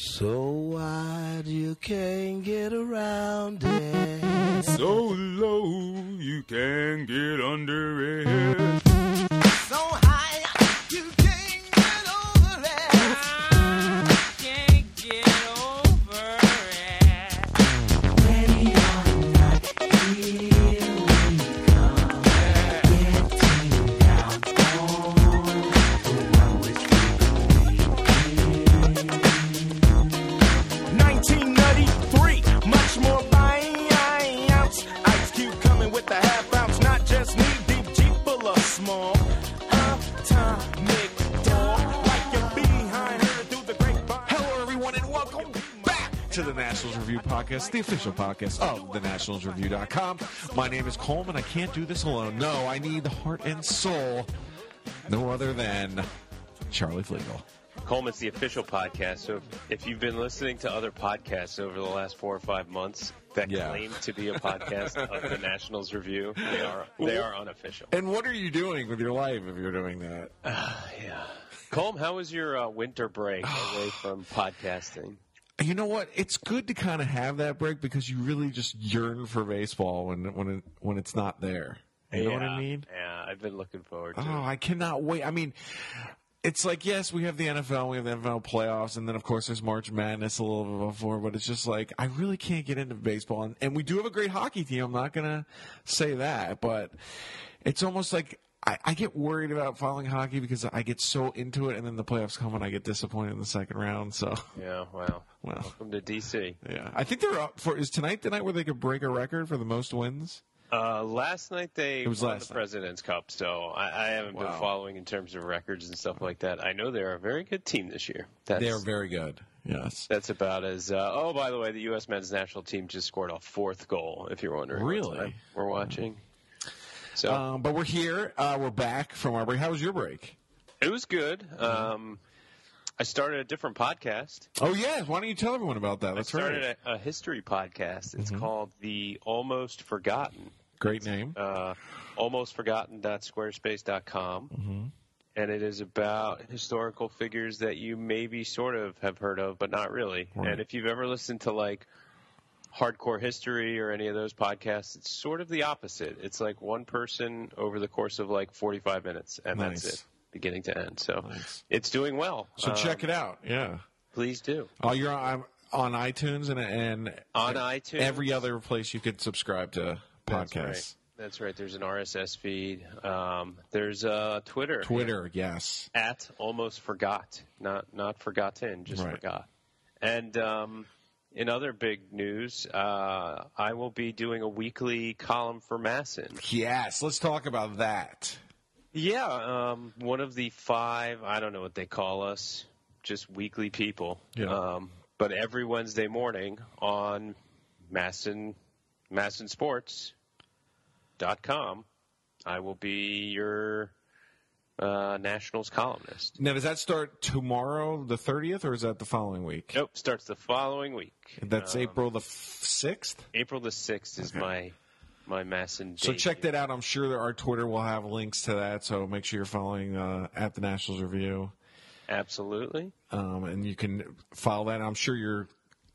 So wide you can't get around it. So low you can get under it. So high, you can't get over it. Can't get over it. Nineteen ninety three, much more by ounce. Ice Cube coming with a half ounce, not just knee deep, Jeep full of small. Atomic dog, like you're behind her through the grapevine. Hello, everyone, and welcome back to the Nationals Review Podcast, the official podcast of the thenationalsreview.com. My name is Coleman. I can't do this alone. No, I need the heart and soul. No other than Charlie Flegel. Coleman's the official podcast. So if, if you've been listening to other podcasts over the last four or five months that Yeah. claim to be a podcast of the Nationals Review, they are they are unofficial. And what are you doing with your life if you're doing that? Yeah. Colm, how was your uh, winter break away from podcasting? You know what? It's good to kind of have that break because you really just yearn for baseball when when it, when it's not there. You know what I Yeah, mean? Yeah, I've been looking forward to. Oh, it. I cannot wait. I mean, it's like yes, we have the NFL, we have the NFL playoffs, and then of course there's March Madness a little bit before. But it's just like I really can't get into baseball, and, and we do have a great hockey team. I'm not gonna say that, but it's almost like. I, I get worried about following hockey because I get so into it, and then the playoffs come and I get disappointed in the second round. So, Yeah, wow. well, Welcome to DC. yeah, I think they're up for. Is tonight the night where they could break a record for the most wins? Uh, last night they It was won last the night. President's Cup, so I, I haven't Wow. been following in terms of records and stuff like that. I know they're a very good team this year. That's, They are very good. Yes. That's about as. Uh, oh, by the way, the U.S. men's national team just scored a fourth goal. If you're wondering, what Really? time we're watching. So Um, but we're here. Uh, we're back from our break. How was your break? it was good. uh-huh. Um, I started a different podcast. Oh yes, why don't you tell everyone about that? That's I started right. Mm-hmm. a, a history podcast. It's called The Almost Forgotten. Great name. uh, almostforgotten.squarespace.com. Mm-hmm. And it is about historical figures that you maybe sort of have heard of, but not really. Right. And if you've ever listened to like hardcore history or any of those podcasts, it's sort of the opposite. It's like one person over the course of like 45 minutes, and Nice. that's it, beginning to end. So Nice. it's doing well. So Um, check it out. Yeah. Please do. Oh, you're on, on iTunes and and On iTunes. every other place you could subscribe to podcasts. That's right. That's right. There's an RSS feed. Um, there's uh, Twitter. Twitter, yes. at almost forgot, not not forgotten, just Right. forgot. And um, in other big news, uh, I will be doing a weekly column for Masson. Yes. Let's talk about that. Yeah, um, one of the five. I don't know what they call us, just weekly people. Yeah. Um, but every Wednesday morning on Masson MassonSports.com, I will be your uh, Nationals columnist. Now, does that start tomorrow, the thirtieth, or is that the following week? Nope, starts the following week. That's Um, April the sixth. April the sixth is my my mass and So date. check that out. I'm sure our Twitter will have links to that. So make sure you're following uh, at the Nationals Review. Absolutely. um, and you can file that. I'm sure your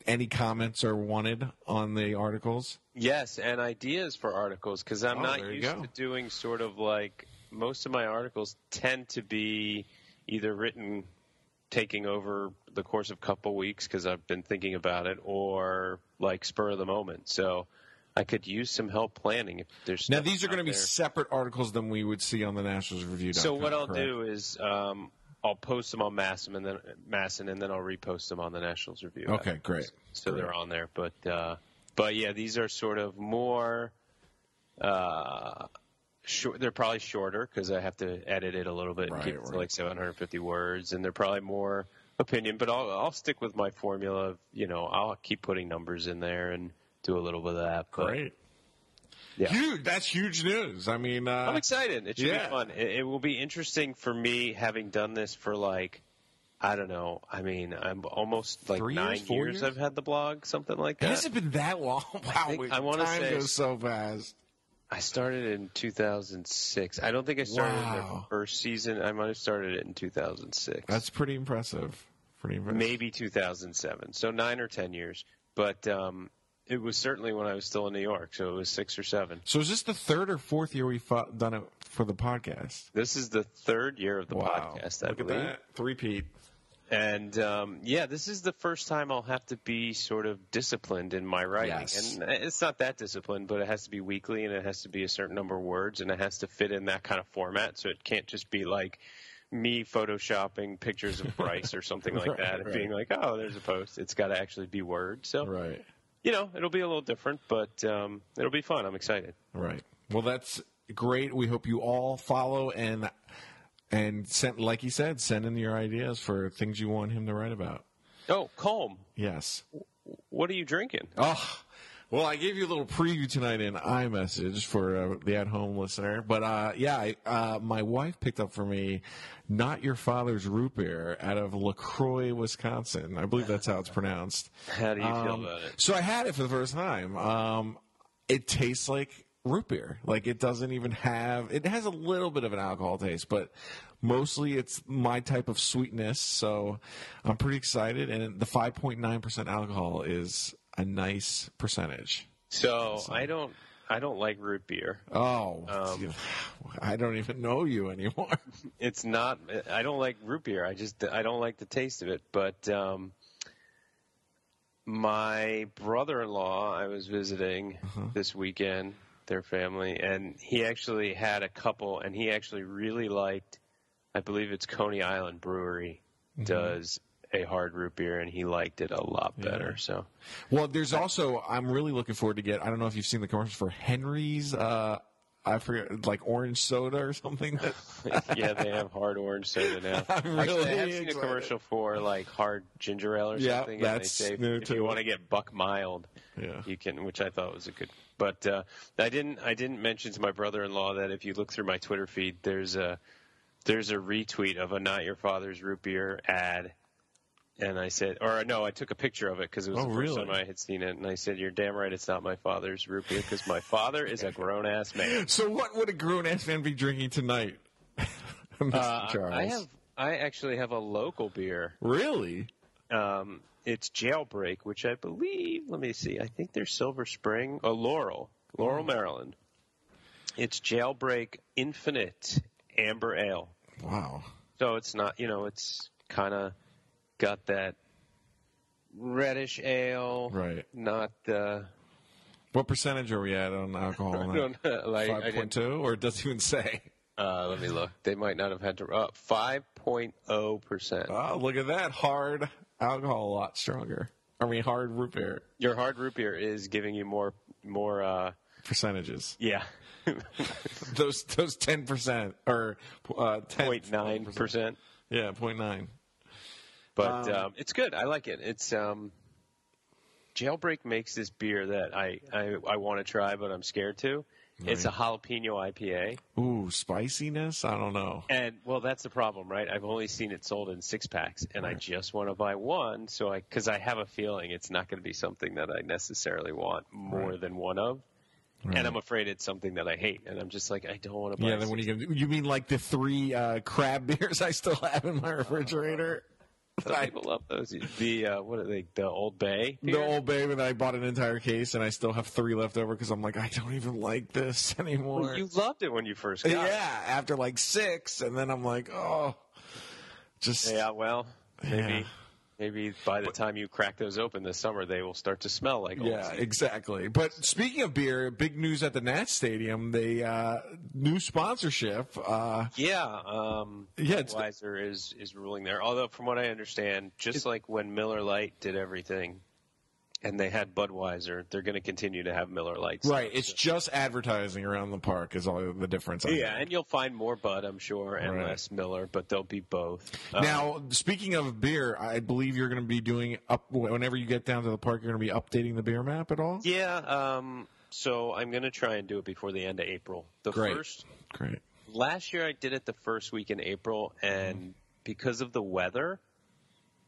any comments are wanted on the articles. Yes, and ideas for articles because I'm Oh, not there you used go. to doing sort of like most of my articles tend to be either written taking over the course of a couple weeks because I've been thinking about it or like spur of the moment. So I could use some help planning if there's Now stuff these are going to out be there. separate articles than we would see on the Nationals Review. So what I'll do is um, I'll post them on Masson and then Masson and then I'll repost them on the Nationals Review. Okay, great. So they're on there, but uh, but yeah, these are sort of more. Uh, short, they're probably shorter because I have to edit it a little bit, Right, and keep it right. to like 750 words, and they're probably more opinion. But I'll I'll stick with my formula. Of, you know, I'll keep putting numbers in there and do a little bit of that. But Yeah. Huge. That's huge news. I mean, uh, I'm excited. It should yeah. be fun. It, it will be interesting for me having done this for like, I don't know. I mean, I'm almost like Three years, nine four years? I've had the blog, something like that. has it been that long? Wow, think- we- I wanna time say- goes so fast. I started in 2006. I don't think I started in Wow. the first season. I might have started it in 2006. That's pretty impressive. pretty impressed. maybe 2007 so nine or ten years but um, it was certainly when i was still in new york so it was six or seven So is this the third or fourth year we've fo- done it for the podcast? this is the third year of the podcast i Look at believe that. Three Pete. and um, yeah this is the first time i'll have to be sort of disciplined in my writing Yes. and uh, it's not that disciplined but it has to be weekly and it has to be a certain number of words and it has to fit in that kind of format so it can't just be like me photoshopping pictures of Bryce or something like that and being like, oh, there's a post. It's got to actually be word. So, Right. you know, it'll be a little different, but um, it'll be fun. I'm excited. Right. Well, that's great. We hope you all follow and and send, like he said, send in your ideas for things you want him to write about. Oh, Colm, Yes. what are you drinking? Oh, well, I gave you a little preview tonight in iMessage for uh, the at-home listener, but uh, yeah, I, uh, my wife picked up for me "Not Your Father's Root Beer" out of Lacroix, Wisconsin. I believe that's how it's pronounced. How do you feel Um, about it? So I had it for the first time. Um, it tastes like root beer. Like it doesn't even have. It has a little bit of an alcohol taste, but mostly it's my type of sweetness. So I'm pretty excited, and the 5.9 percent alcohol is a nice percentage. So I don't, I don't like root beer. Oh, Um, I don't even know you anymore. It's not. I don't like root beer. I just, I don't like the taste of it. But um, my brother-in-law, I was visiting this weekend, their family, and he actually had a couple, and he actually really liked. I believe it's Coney Island Brewery does a hard root beer, and he liked it a lot better. So. Well, there's also I'm really looking forward to get. I don't know if you've seen the commercials for Henry's. Uh, I forget, like orange soda or something. that- yeah, they have hard orange soda now. I'm Actually, I really have seen a excited. commercial for like hard ginger ale or Yeah, something. and that's they say new if too. you want to get buck mild, Yeah. you can, which I thought was a good. But uh, I didn't. I didn't mention to my brother-in-law that if you look through my Twitter feed, there's a there's a retweet of a not your father's root beer ad. And I said, or no, I took a picture of it because it was Oh, the first really? time I had seen it. And I said, "You're damn right, it's not my father's root beer because my father is a grown ass man." So what would a grown ass man be drinking tonight? Mr. Uh, Charles. I have. I actually have a local beer. really? Um, it's Jailbreak, which I believe. Let me see. I think they're Silver Spring. Oh, Laurel, Hmm. Laurel, Maryland. It's Jailbreak Infinite Amber Ale. Wow. So it's not. You know, it's kind of got that reddish ale. Right. Not. Uh, What percentage are we at on alcohol? I don't know, like, I Five point didn't- two, or it doesn't even say. uh, let me look. They might not have had to. Uh, 5.0%. Oh, look at that! Hard alcohol, a lot stronger. I mean, hard root beer Your hard root beer is giving you more. more uh, percentages. yeah. Those those ten percent or uh, 10, Point nine percent Yeah, point nine. But um, it's good. I like it. It's um, Jailbreak makes this beer that I I, I want to try, but I'm scared to. It's a jalapeno IPA, Ooh, spiciness. I don't know. and well, that's the problem, right? I've only seen it sold in six packs, and I just want to buy one, so I because I have a feeling it's not going to be something that I necessarily want more than one of, and I'm afraid it's something that I hate, and I'm just like I don't want to buy. Yeah, then what are you gonna do? You mean like the three uh, crab beers I still have in my refrigerator? six- people love those. The uh, what are they? The Old Bay. The beer? old baby that I bought an entire case and I still have three left over because I'm like, I don't even like this anymore. You loved it when you first got yeah, it. after like six, and then I'm like, oh, just Yeah, well, maybe Yeah. maybe by the time you crack those open this summer, they will start to smell like old Yeah, exactly. But speaking of beer, big news at the Nat Stadium, they uh, new sponsorship. Uh, Yeah, um, Yeah, it's- Budweiser is is ruling there. Although, from what I understand, just like when Miller Lite did everything, and they had Budweiser, they're going to continue to have Miller Lights. right, it's just advertising around the park is all the difference. I Yeah, know. and you'll find more Bud, I'm sure, and Right. less Miller, but they'll be both. Um, Now, speaking of beer, I believe you're going to be doing up whenever you get down to the park. You're going to be updating the beer map at all. yeah, um, so I'm going to try and do it before the end of April. The Great. first Great. last year I did it the first week in April, Mm-hmm. and because of the weather,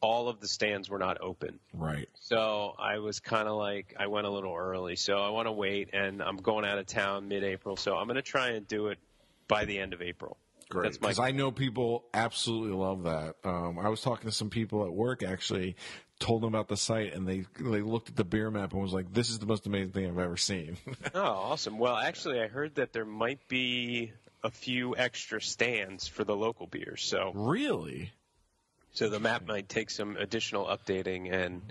all of the stands were not open. Right. So I was kind of like, I went a little early. So I want to wait, and I'm going out of town mid April. So I'm going to try and do it by the end of April. great That's my- because I know people absolutely love that. Um, I was talking to some people at work actually, told them about the site, and they they looked at the beer map and was like, "This is the most amazing thing I've ever seen." Oh, awesome. Well, actually, I heard that there might be a few extra stands for the local beers. So, really? so the map might take some additional updating and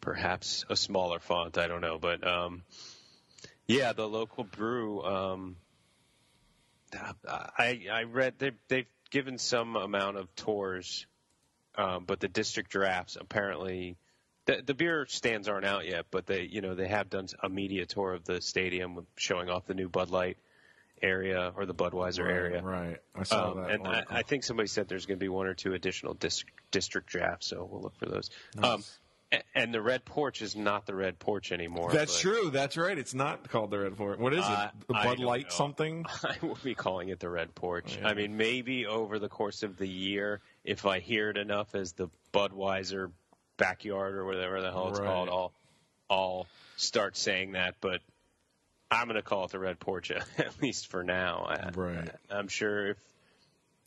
perhaps a smaller font. I don't know, but um, yeah, the local brew. Um, I I read they they've given some amount of tours, um, but the district drafts apparently. The, the beer stands aren't out yet, but they, you know, they have done a media tour of the stadium, with- showing off the new Bud Light area or the Budweiser area. Right. I saw Um, that. and I, article. I think somebody said there's going to be one or two additional disc, district drafts, so we'll look for those. Um, a- and the red porch is not the red porch anymore. That's but true. That's right. It's not called the Red Fort. What is Uh, it? The I Bud don't Light know. something? I will be calling it the red porch. I mean, maybe over the course of the year, if I hear it enough as the Budweiser backyard or whatever the hell it's Right. called, I'll I'll start saying that. But I'm going to call it the red porch at least for now. I- Right. I'm sure if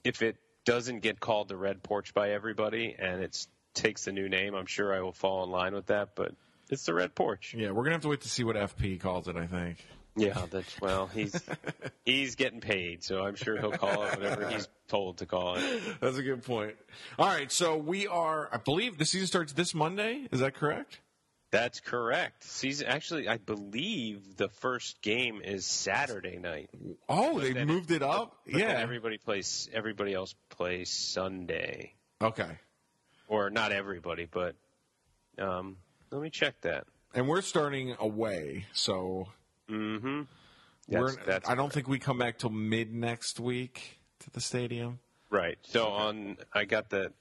if it doesn't get called the Red Porch by everybody and it takes the new name, I'm sure I will fall in line with that. But it's the Red Porch. Yeah, we're gonna have to wait to see what FP calls it. I think. Yeah, that's well, he's he's getting paid, so I'm sure he'll call it whatever he's told to call it. That's a good point. All right, so we are. I believe the season starts this Monday. Is that correct? That's correct. Season actually, I believe the first game is Saturday night. Oh, they then- moved it up. But then yeah. everybody plays. Everybody else plays Sunday, okay. or not everybody, but um, let me check that. And we're starting away, so Mm-hmm. we're. That's, that's I don't think we come back till mid next week to the stadium. right. So on, I got the.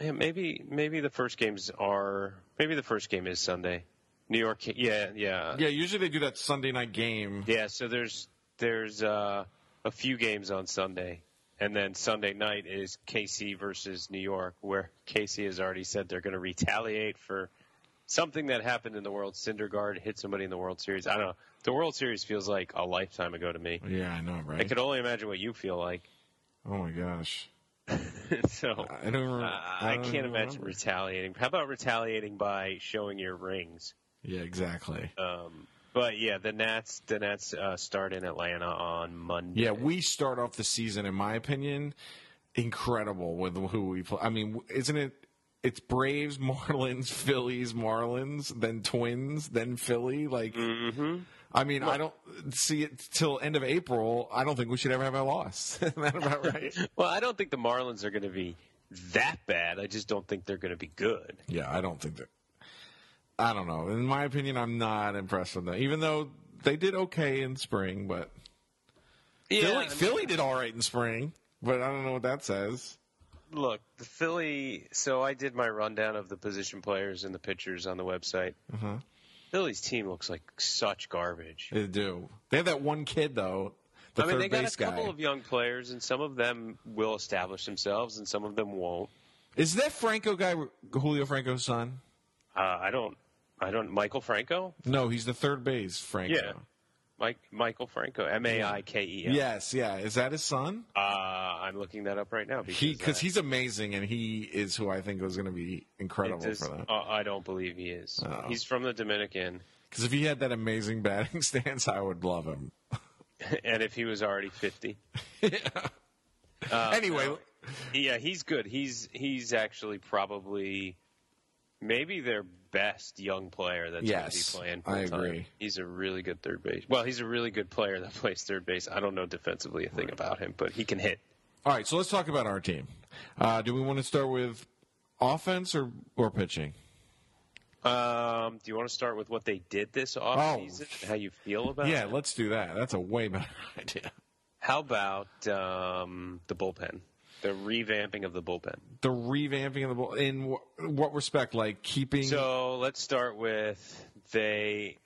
Yeah, maybe maybe the first games are maybe the first game is Sunday, New York. Yeah, yeah, yeah. Yeah, usually they do that Sunday night game. so there's there's uh, a few games on Sunday, and then Sunday night is KC versus New York, where KC has already said they're going to retaliate for something that happened in the World. Syndergaard hit somebody in the World Series. I don't know. The World Series feels like a lifetime ago to me. Yeah, I know, I right? could only imagine what you feel like. oh my gosh, so I don't. Remember, Uh, I don't can't even imagine remember. retaliating. How about retaliating by showing your rings? Yeah, exactly. Um, but yeah, the Nats the Nats uh, start in Atlanta on Monday. Yeah, we start off the season, in my opinion, incredible with who we play. I mean, isn't it? It's Braves, Marlins, Phillies, Marlins, then Twins, then Philly. Like, I mean, I don't see it till end of April. I don't think we should ever have a loss. Isn't that about right? Well, I don't think the Marlins are going to be that bad. I just don't think they're going to be good. yeah, I don't think that. I don't know. In my opinion, I'm not impressed with them. Even though they did okay in spring, but Yeah, Philly, Philly did all right in spring. But I don't know what that says. look, the Philly. So I did my rundown of the position players and the pitchers on the website. Mm-hmm. Philly's team looks like such garbage. They do. They have that one kid though, the I mean, third they got base a couple guy. of young players, and some of them will establish themselves, and some of them won't. Is that Franco guy Julio Franco's son? Uh, I don't. I don't. Michael Franco. No, he's the third base Franco. Yeah. Mike Michael Franco. M A I K E L. Yes, yeah. Is that his son? Uh, I'm looking that up right now because uh, He because I- he's amazing and he is who I think is going to be it incredible does- for Oh. them. uh, I don't believe he is. He's from the Dominican, Because if he had that amazing batting stance, I would love him. and if he was already 50, Oh, anyway, yeah, he's good. He's he's actually probably maybe their best young player that's Yes, going to be playing. I full-time. agree. He's a really good third base. Well, he's a really good player that plays third base. I don't know defensively a thing about him, but he can hit. all right. So let's talk about our team. Uh, do we want to start with offense or or pitching? Um, do you want to start with what they did this offseason? How you feel about Oh, Yeah, it? let's do that. Uh, That's a way better idea. How about um, the bullpen? The revamping of the bullpen. the revamping of the bull in wh- what respect like keeping So let's start with they.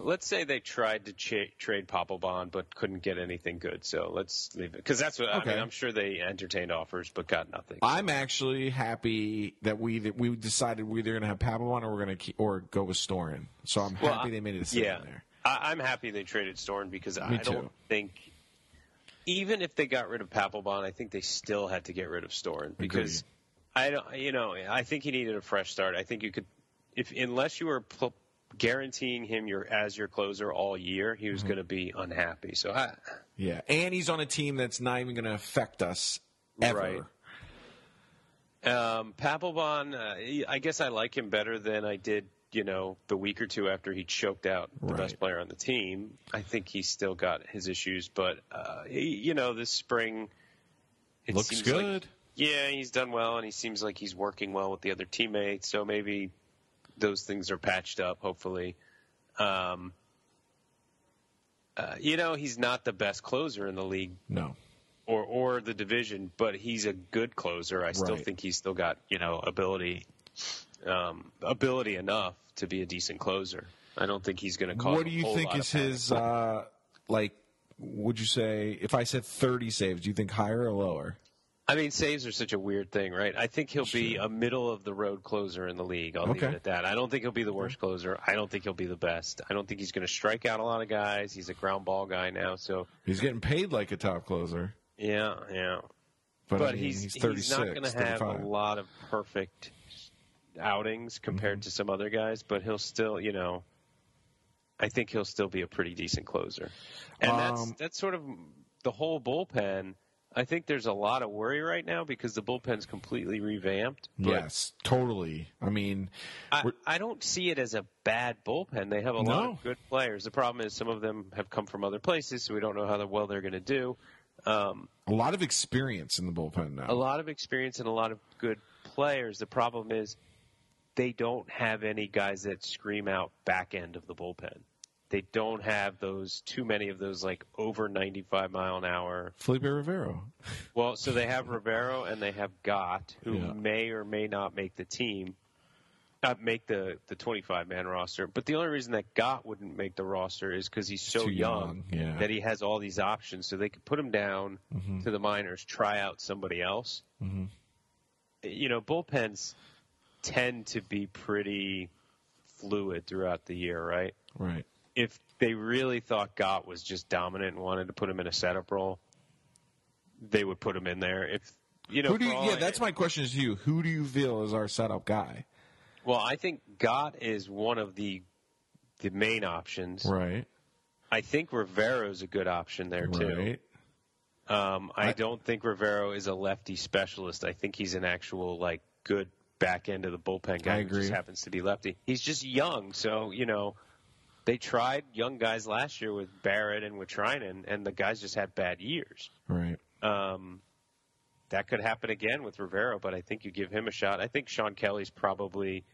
Let's say they tried to cha- trade Papelbon but couldn't get anything good. So let's leave it because that's what I Okay. mean. I'm sure they entertained offers but got nothing. i'm actually happy that we that we decided we're either going to have papelbon or we're going to keep or go with storin so i'm Well, happy I- they made a decision yeah, there I, I'm happy they traded Storm because I don't too. think even if they got rid of Papelbon, I think they still had to get rid of Storin because I don't. You know, I think he needed a fresh start. I think you could, if unless you were pl- guaranteeing him your as your closer all year, he was going to be unhappy. So I, Yeah, and he's on a team that's not even going to affect us ever. Right. Um, Papelbon, uh, he- I guess I like him better than I did, you know, the week or two after he choked out the Right. best player on the team. I think he's still got his issues, but uh, he, you know, this spring it Looks seems like- good. yeah, he's done well, and he seems like he's working well with the other teammates. So maybe those things are patched up. Hopefully, um, uh, you know, he's not the best closer in the league, no, or or the division, but he's a good closer. I still Right. think he's still got you know ability, um, ability enough to be a decent closer. I don't think he's going to cause. what do a you whole think lot is of panic. his uh, like? Would you say if I said thirty saves, do you think higher or lower? I mean, saves are such a weird thing, right? I think he'll be a middle of the road closer in the league. I'll leave Okay. it at that. I don't think he'll be the worst closer. I don't think he'll be the best. I don't think he's going to strike out a lot of guys. He's a ground ball guy now, so He's getting paid like a top closer, yeah, yeah. but, I but mean, he's he's thirty he's not six, going to thirty have a five. lot of perfect outings compared Mm-hmm. to some other guys, but he'll still, you know, I think he'll still be a pretty decent closer. And that's Um, that's sort of the whole bullpen. I think there's a lot of worry right now because the bullpen's completely revamped. But Yes, totally. I mean, I, Mm. We're- I don't see it as a bad bullpen. They have a lot No. of good players. The problem is some of them have come from other places, so we don't know how well they're going to do. Um, a lot of experience in the bullpen now. a lot of experience and a lot of good players. The problem is they don't have any guys that scream out back end of the bullpen. They don't have those too many of those like over 95 mile an hour. Felipe Rivero. Well, so they have Rivero and they have Gott, who Yeah. may or may not make the team, uh, make the the 25 man roster. But the only reason that Gott wouldn't make the roster is because he's so Too young, young, yeah. Mm-hmm. that he has all these options. So they could put him down to the minors, try out somebody else. You know, bullpens tend to be pretty fluid throughout the year, right? Right. if they really thought Gott was just dominant and wanted to put him in a setup role, they would put him in there. If you know, Who do you, for all yeah, I- that's my question to you. Who do you feel is our setup guy? well. I think Gott is one of the the main options. Right. I think Rivero's a good option there too. Right. Um, I, I- don't think Rivero is a lefty specialist. I think he's an actual like good back end of the bullpen guy I who agree. just happens to be lefty. He's just young, so you know. They tried young guys last year with Barrett and with Trinan, and the guys just had bad years. Right. Um, that could happen again with Rivero, but I think you give him a shot. I think Sean Kelly's probably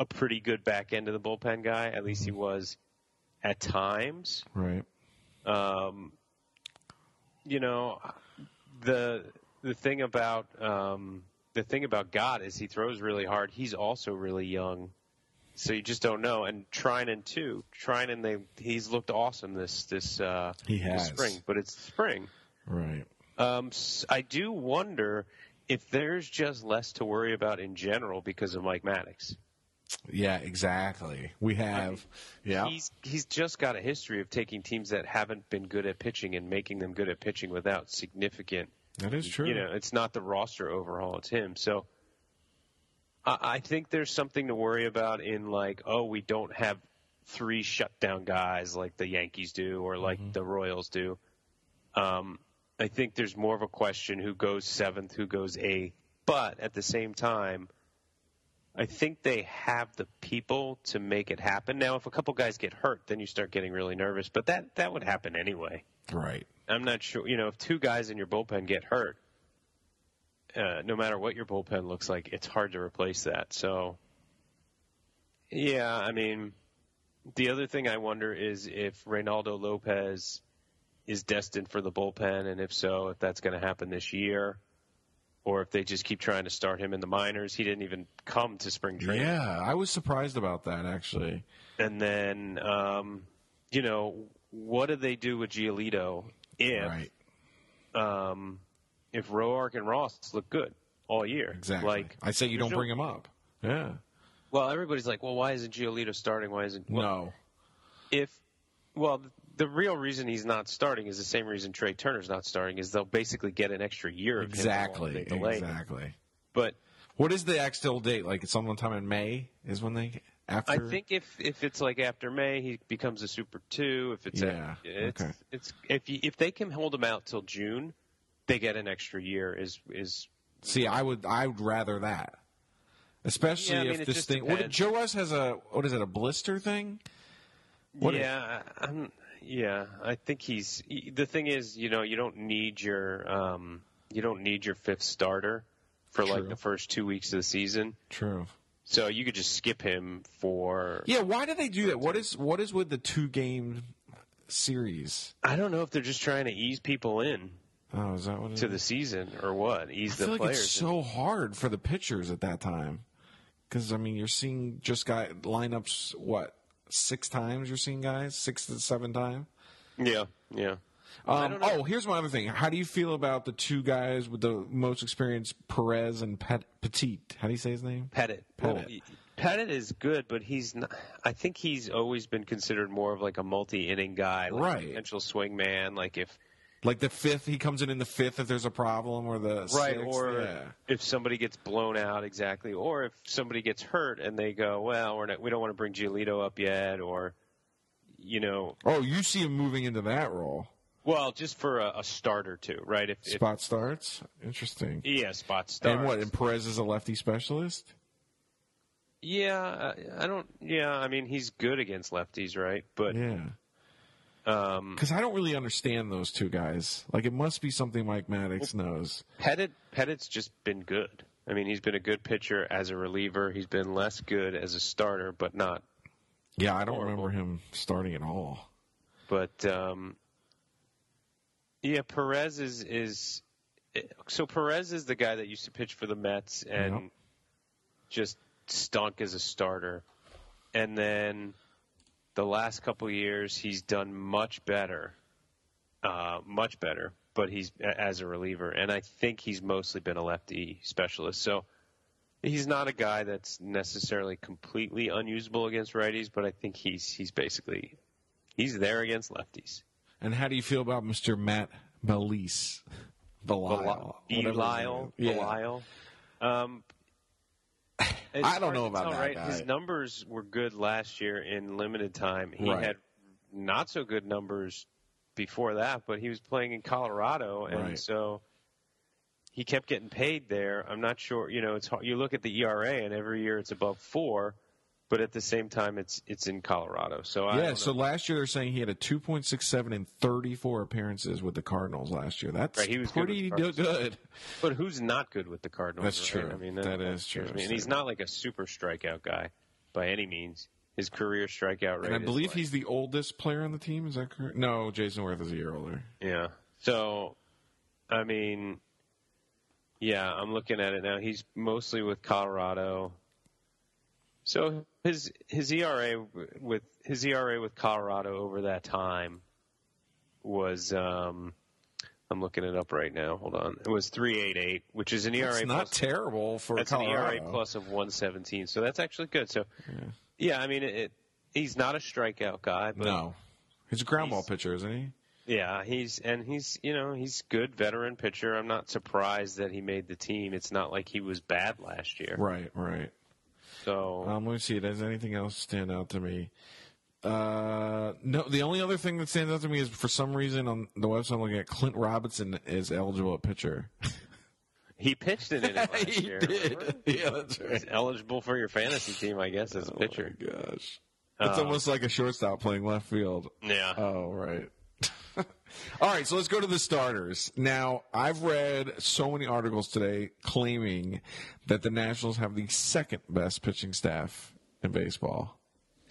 a pretty good back end of the bullpen guy. At least he was at times. Right. Um, you know, the the thing about um, the thing about God is he throws really hard. He's also really young, so you just don't know. And Trinan too. Trinan, they he's looked awesome this this uh, He this has. spring, but it's spring. Right. Um, s- I do wonder if there's just less to worry about in general because of Mike Maddox. Yeah, exactly. We have. Yeah. He's he's just got a history of taking teams that haven't been good at pitching and making them good at pitching without significant. That is true. You know, it's not the roster overhaul; it's him. So. I I think there's something to worry about in like, oh, we don't have three shutdown guys like the Yankees do or like the Royals do. Um, I think there's more of a question who goes seventh, who goes eighth. But at the same time, I think they have the people to make it happen. Now, if a couple guys get hurt, then you start getting really nervous. But that that would happen anyway. Right. I'm not sure. You know, if two guys in your bullpen get hurt, uh, no matter what your bullpen looks like, it's hard to replace that. So, yeah, I mean, the other thing I wonder is if Reynaldo Lopez is destined for the bullpen, and if so, if that's going to happen this year, or if they just keep trying to start him in the minors. He didn't even come to spring training. Yeah, I was surprised about that actually. And then, um, you know, what do they do with Giolito if Right. um, if Roark and Ross look good all year. Exactly. Like I say you there's don't no- bring him up. Yeah. Well, everybody's like, well, why isn't Giolito starting? Why isn't well, no. if well the real reason he's not starting is the same reason Trey Turner's not starting is they'll basically get an extra year of him along Exactly. the delay. Exactly. But What is the actual date? Like it's sometime in May is when they after. I think if if it's like after May, he becomes a super two. If it's Yeah, it's, okay. it's if you, if they can hold him out till June, they get an extra year. Is is See, I would. I would rather that. Especially Yeah, I mean, if it this just thing. What, depends. Joe Russ has a what is it? A blister thing. What if- yeah, I- I'm, yeah. I think he's he- the thing is, you know, you don't need your um, you don't need your fifth starter for True. like the first two weeks of the season. True. So you could just skip him for Yeah. Why do they do that? What is what is with the two game series? I don't know if they're just trying to ease people in Oh, is that what it is? to the season or what. Ease I feel the like players. it's in. so hard for the pitchers at that time. Because I mean, you're seeing just guy lineups what six times? You're seeing guys six to seven times. yeah, yeah. Um, oh, here's my other thing. How do you feel about the two guys with the most experience, Perez and Pet- Petit? How do you say his name? Pettit. Pettit. Well, Oh, Pettit is good, but he's not. I think he's always been considered more of like a multi-inning guy, like a Right. Potential swing man, like if Like the fifth, he comes in in the fifth if there's a problem, or the right, sixth, or yeah. if somebody gets blown out, exactly, or if somebody gets hurt and they go, well, we're not, we don't want to bring Giolito up yet, or you know, oh, you see him moving into that role. well, just for a, a start or two, right? If, if Spot starts, interesting. yeah, spot starts. And what? And Perez is a lefty specialist. yeah, I, I don't. Yeah, I mean, he's good against lefties, right? But Yeah. um, Because I don't really understand those two guys. Like, it must be something Mike Maddox knows. Pettit Pettit's just been good. I mean, he's been a good pitcher as a reliever. He's been less good as a starter, but not. Yeah, I don't remember him starting at all. But um, yeah, Perez is is so Perez is the guy that used to pitch for the Mets and Yep. just stunk as a starter, and then the last couple years he's done much better, uh, much better. But he's a- as a reliever, and I think he's mostly been a lefty specialist. So he's not a guy that's necessarily completely unusable against righties, but I think he's he's basically he's there against lefties. And how do you feel about Mr. Matt Belize? Belial. whatever his Belial, name is. Yeah. Belial. Um, it's I don't hard know to about tell, that right? guy. His numbers were good last year in limited time. He Right. had not so good numbers before that, but he was playing in Colorado, and Right. so he kept getting paid there. I'm not sure. You know, it's hard. you look at the ERA, and every year it's above four, but at the same time, it's it's in Colorado. So I Yeah, don't so know. last year they're saying he had a 2.67 in 34 appearances with the Cardinals last year. That's Right, he was good pretty with the good. good. But who's not good with the Cardinals? That's right? true. I mean, That is true. scares me. And he's not like a super strikeout guy by any means. His career strikeout rate. And I is, believe like- he's the oldest player on the team. Is that correct? No, Jason Worth is a year older. Yeah. So, I mean, yeah, I'm looking at it now. He's mostly with Colorado. So his his ERA w- with his ERA with Colorado over that time was um, I'm looking it up right now. Hold on, it was three eight eight, which is an ERA It's not plus terrible for that's Colorado. an ERA plus of 117. So that's actually good. So, yeah, I mean, it, it, he's not a strikeout guy, but No. He's a ground ball He's- pitcher, isn't he? yeah, he's and he's you know he's good veteran pitcher. I'm not surprised that he made the team. It's not like he was bad last year. Right, right. So Um, let me see. Does anything else stand out to me? Uh, no. The only other thing that stands out to me is for some reason on the website I'm looking at, Clint Robinson is eligible at pitcher. he pitched in it last year. remember? yeah, that's right. He's eligible for your fantasy team, I guess, Oh, as a pitcher. Gosh, it's almost like a shortstop playing left field. Yeah. Oh, right. All right, so let's go to the starters. Now, I've read so many articles today claiming that the Nationals have the second best pitching staff in baseball.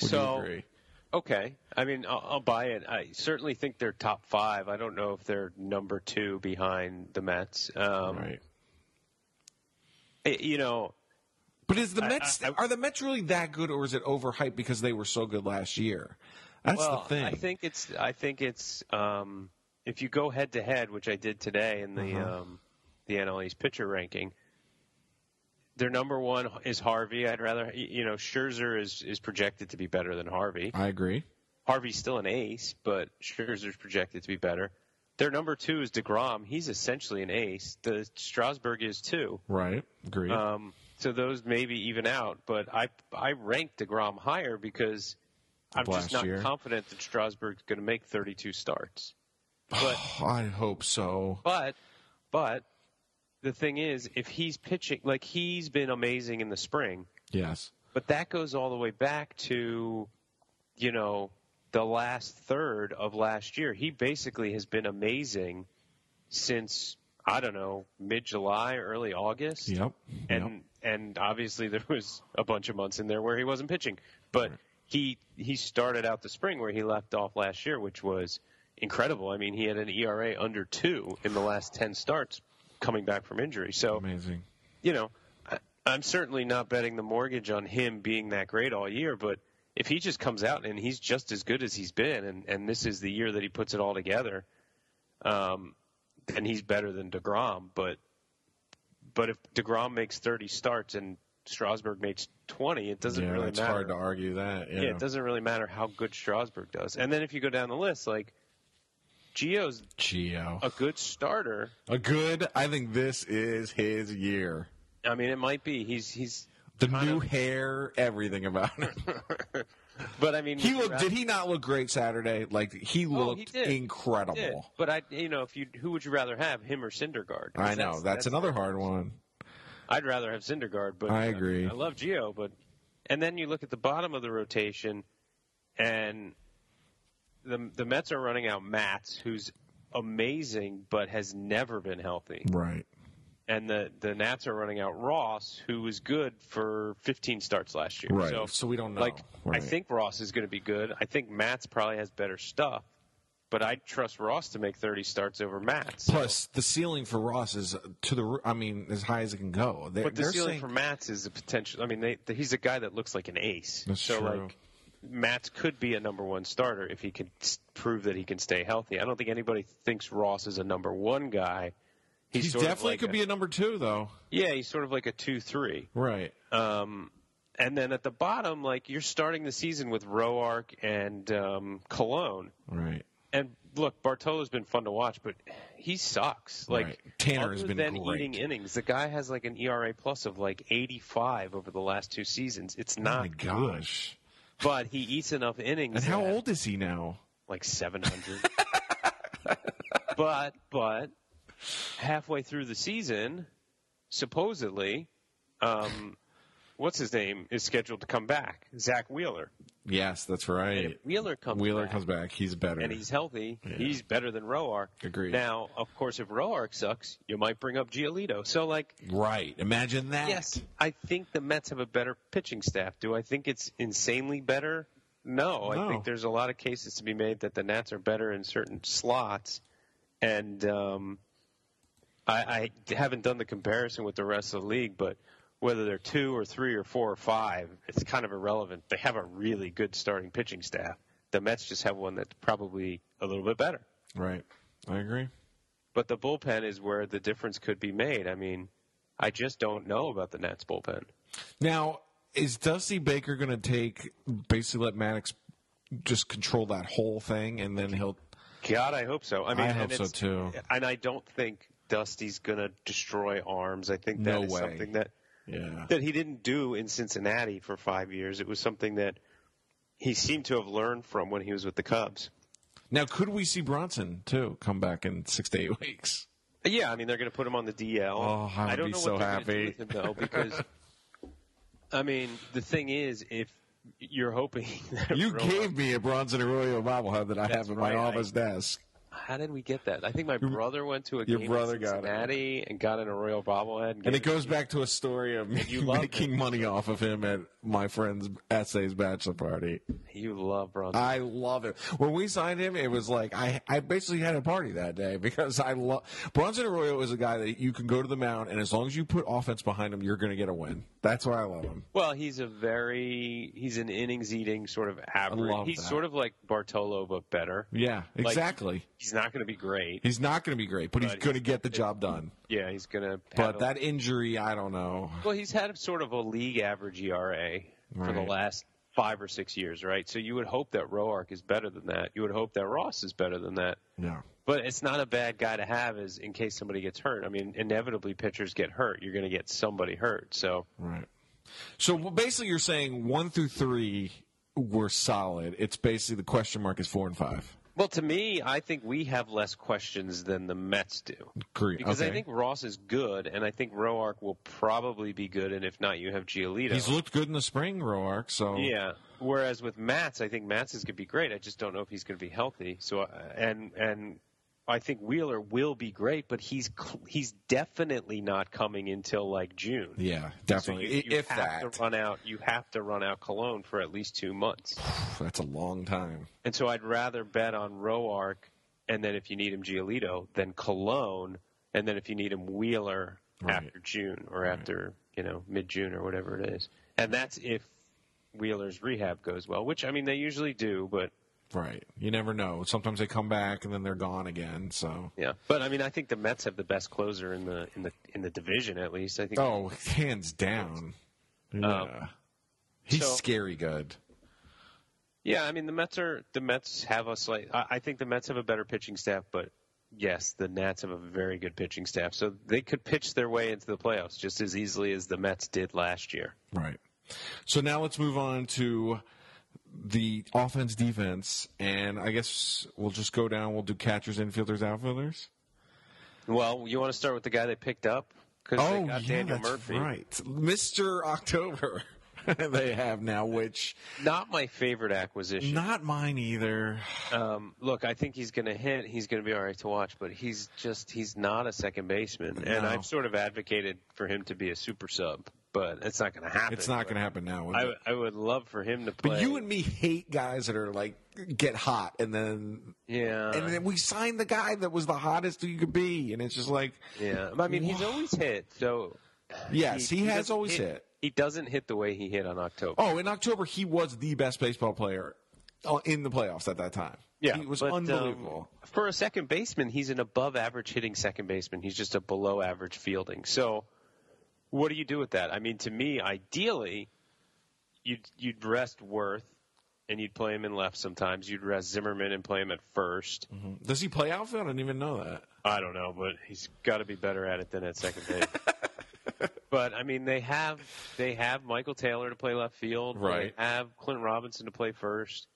Would So- you agree? Okay. I mean, I'll, I'll buy it. I certainly think they're top five. I don't know if they're number two behind the Mets. Um, Right. it- you know, But is the I- Mets I- I- are the Mets really that good, or is it overhyped because they were so good last year? That's well, the thing. I think it's I think it's um, if you go head to head, which I did today in the Uh-huh. um, the NL East pitcher ranking. Their number one is Harvey. I'd rather you know Scherzer is is projected to be better than Harvey. I agree. Harvey's still an ace, but Scherzer's projected to be better. Their number two is Degrom. He's essentially an ace. The Strasburg is too. Right. Agreed. Um, so those maybe even out, but I I ranked Degrom higher because I'm Last just not year. confident that Strasburg's going to make 32 starts. But I hope so. but but the thing is, if he's pitching like he's been amazing in the spring, Yes. but that goes all the way back to you know the last third of last year he basically has been amazing since i don't know mid july early august Yep. and yep. and obviously there was a bunch of months in there where he wasn't pitching but he he started out the spring where he left off last year which was incredible i mean he had an era under 2 in the last 10 starts coming back from injury so amazing. you know, I, I'm certainly not betting the mortgage on him being that great all year, but if he just comes out and he's just as good as he's been, and, and this is the year that he puts it all together, um, then he's better than Degrom. But but if Degrom makes 30 starts and Strasburg makes 20, it doesn't yeah, really it's matter. hard to argue that. Yeah. Yeah, it doesn't really matter how good Strasburg does. And then if you go down the list, like Gio's Geo. a Uh, good starter. A good. I think this is his year. I mean, it might be he's he's. The Kind new of- hair, everything about him. But I mean, he with the looked. Ra- Did he not look great Saturday? Like he looked Oh, did. incredible. Yeah, but I, you know, if you, who would you rather have, him or Syndergaard? I know that's, another hard one. I'd rather have Syndergaard, but I agree. I, love Geo, but and then you look at the bottom of the rotation, and the the Mets are running out Mats, who's amazing but has never been healthy, Right. and the the Nats are running out Ross, who was good for 15 starts last year. Right. So, So, we don't know. like Right. I think Ross is going to be good. I think Mats probably has better stuff. But I trust Ross to make 30 starts over Mats. So- Plus, the ceiling for Ross is to the. ro- I mean, as high as it can go. They, But the they're ceiling saying, for Mats is a potential. I mean, they, th he's a guy that looks like an ace. That's so true. like, Mats could be a number one starter if he can s- prove that he can stay healthy. I don't think anybody thinks Ross is a number one guy. He's, he's sort of definitely like could a- be a number two though. yeah. He's sort of like a two-three. Right. Um, and then at the bottom, like you're starting the season with Roark and um, Cologne. Right. And look, Bartolo's been fun to watch, but he sucks. Like Right. Tanner has other been than great. eating innings, the guy has like an ERA plus of like 85 over the last two seasons. It's Oh my not, gosh. but he eats enough innings. And how that- old is he now? Like 700. but but halfway through the season, supposedly, um, what's his name is scheduled to come back. Zach Wheeler. Yes, that's And right. if Wheeler comes. Wheeler back, comes back. He's better. and he's healthy, he's better than Roark. Agreed. Now, of course, if Roark sucks, you might bring up Giolito. So, like, right. Imagine that. yes, I think the Mets have a better pitching staff. Do I think it's insanely better? No. No, I think there's a lot of cases to be made that the Nats are better in certain slots, and um, I, I haven't done the comparison with the rest of the league, but whether they're two or three or four or five, it's kind of irrelevant. They have a really good starting pitching staff. The Mets just have one that's probably a little bit better Right. I agree. but the bullpen is where the difference could be made. I mean, I just don't know about the Nats bullpen. Now, is Dusty Baker going to take basically let Maddox just control that whole thing, and then he'll God, I hope so. I mean, I and hope so, it's- too. And I don't think Dusty's gonna destroy arms. I think that is No way. something that yeah that he didn't do in Cincinnati for five years. It was something that he seemed to have learned from when he was with the Cubs. Now, could we see Bronson too come back in six to eight weeks? Yeah, I mean they're going to put him on the DL. Oh, I would don't be know so what they're gonna do happy. with him, though, because I mean the thing is, if you're hoping that You Romo- gave me a Bronson Arroyo bobblehead that I That's have in my right, I- office desk. How did we get that? I think my brother went to a your game brother in got it. Cincinnati and got in a Royal bobblehead. And gave it goes back to a story of me you love making it. money off of him at my friend's essays bachelor party. You love Bronson. I love it. When we signed him, it was like I, I basically had a party that day because I love Bronson Arroyo is a guy that you can go to the mound and as long as you put offense behind him, you're going to get a win. That's why I love him. well, he's a very he's an innings eating sort of average. love he's that. sort of like Bartolo but better. Yeah, Like- exactly. He's not going to be great. he's not going to be great, but he's But going to get the job done. Yeah, he's going to. But that injury, I don't know. well, he's had sort of E a league average ERA for the Right. last five or six years, right? So you would hope that Roark is better than that. You would hope that Ross is better than that. No. But it's not a bad guy to have is in case somebody gets hurt. I mean, inevitably pitchers get hurt. You're going to get somebody hurt. So Right. So well, basically, you're saying one through three were solid. It's basically the question mark is four and five. Well, to me, I think we have less questions than the Mets do Great. because okay. I think Ross is good, and I think Roark will probably be good, and if not, you have Giolito. he's looked good in the spring, Roark. So yeah. Whereas with Mats, I think Mats is going to be great. I just don't know if he's going to be healthy. So uh, and and I think Wheeler will be great, but he's cl- he's definitely not coming until like June. Yeah, So definitely. you, I- you if have that, to run out, you have to run out Cologne for at least two months. that's a long time. And so I'd rather bet on Roark, and then if you need him, Giolito, than Cologne, and then if you need him, Wheeler Right. after June or after you know mid June or whatever it is. And that's if Wheeler's rehab goes well, which I mean they usually do, but Right. You never know. Sometimes they come back and then they're gone again. So yeah. But I mean I think the Mets have the best closer in the in the in the division at least. I think oh, hands down. Yeah. He's Um, so- scary good. Yeah, I mean the Mets are the Mets have a slight. I, I think the Mets have a better pitching staff, but yes, the Nats have a very good pitching staff, so they could pitch their way into the playoffs just as easily as the Mets did last year. Right. So now let's move on to the offense defense and I guess we'll just go down we'll do catchers, infielders, outfielders. Well, you want to start with the guy they picked up because they got Daniel Murphy. right. Mr. October they have now, which Not my favorite acquisition. not mine either. um, look, I think he's going to hit. He's going to be all right to watch, but he's just he's not a second baseman, and No. I've sort of advocated for him to be a super sub, but it's not going to happen. It's not going to happen now. is I, it? w- I would love for him to play. But you and me hate guys that are like get hot and then yeah, and then we signed the guy that was the hottest you could be and it's just like Yeah, I mean he's always hit. So yes, he, has doesn't always hit. He doesn't hit the way he hit on October. Oh, in October he was the best baseball player uh, in the playoffs at that time. he was but, um, unbelievable. for a second baseman, he's an above average hitting second baseman. He's just a below average fielding. So, what do you do with that? I mean, to me, ideally, you'd you'd rest Worth, and you'd play him in left. Sometimes you'd rest Zimmerman and play him at 1st Does he play outfield? I didn't even know that. I don't know, but he's got to be better at it than at second base. but I mean, they have they have Michael Taylor to play left field. Right. They have Clint Robinson to play first.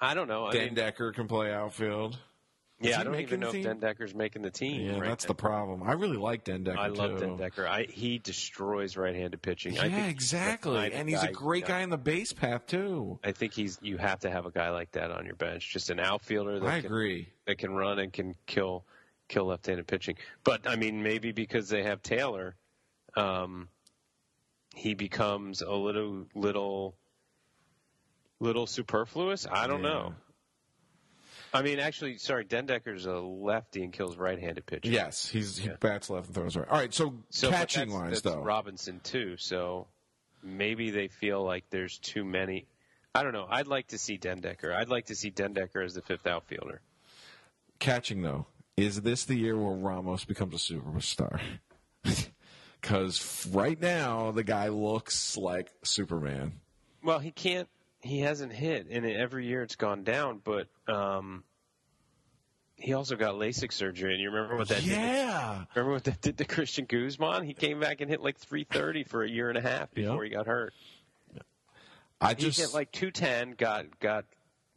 I don't know. I Dan mean, Decker can play outfield. Does yeah, he I don't make even the know team? if Den Decker's making the team. Yeah, right that's now. the problem. I really like Dan Decker. I too. love Den Decker. I, he destroys right-handed pitching. I think Yeah, he's the exactly. kind of And he's a great yeah. guy in the base path too. I think he's. You have to have a guy like that on your bench. Just an outfielder. That I can- agree. that can run and can kill kill left-handed pitching. But I mean, maybe because they have Taylor, um, he becomes a little little little superfluous. I don't know. I mean, actually, sorry, Dendecker's a lefty and kills right-handed pitching. Yes, he's he bats left and throws right. All right, so, so but catching that's, wise that's though, Robinson too. So maybe they feel like there's too many. I don't know. I'd like to see Dendecker. I'd like to see Dendecker as the fifth outfielder. catching though, is this the year where Ramos becomes a superstar? Because right now the guy looks like Superman. Well, he can't. He hasn't hit, and every year it's gone down. But um, he also got LASIK surgery, and you remember what that did? to- yeah, Remember what that did to Christian Guzman? He came back and hit like 330 for a year and a half before he got hurt. I He just hit like 210, got got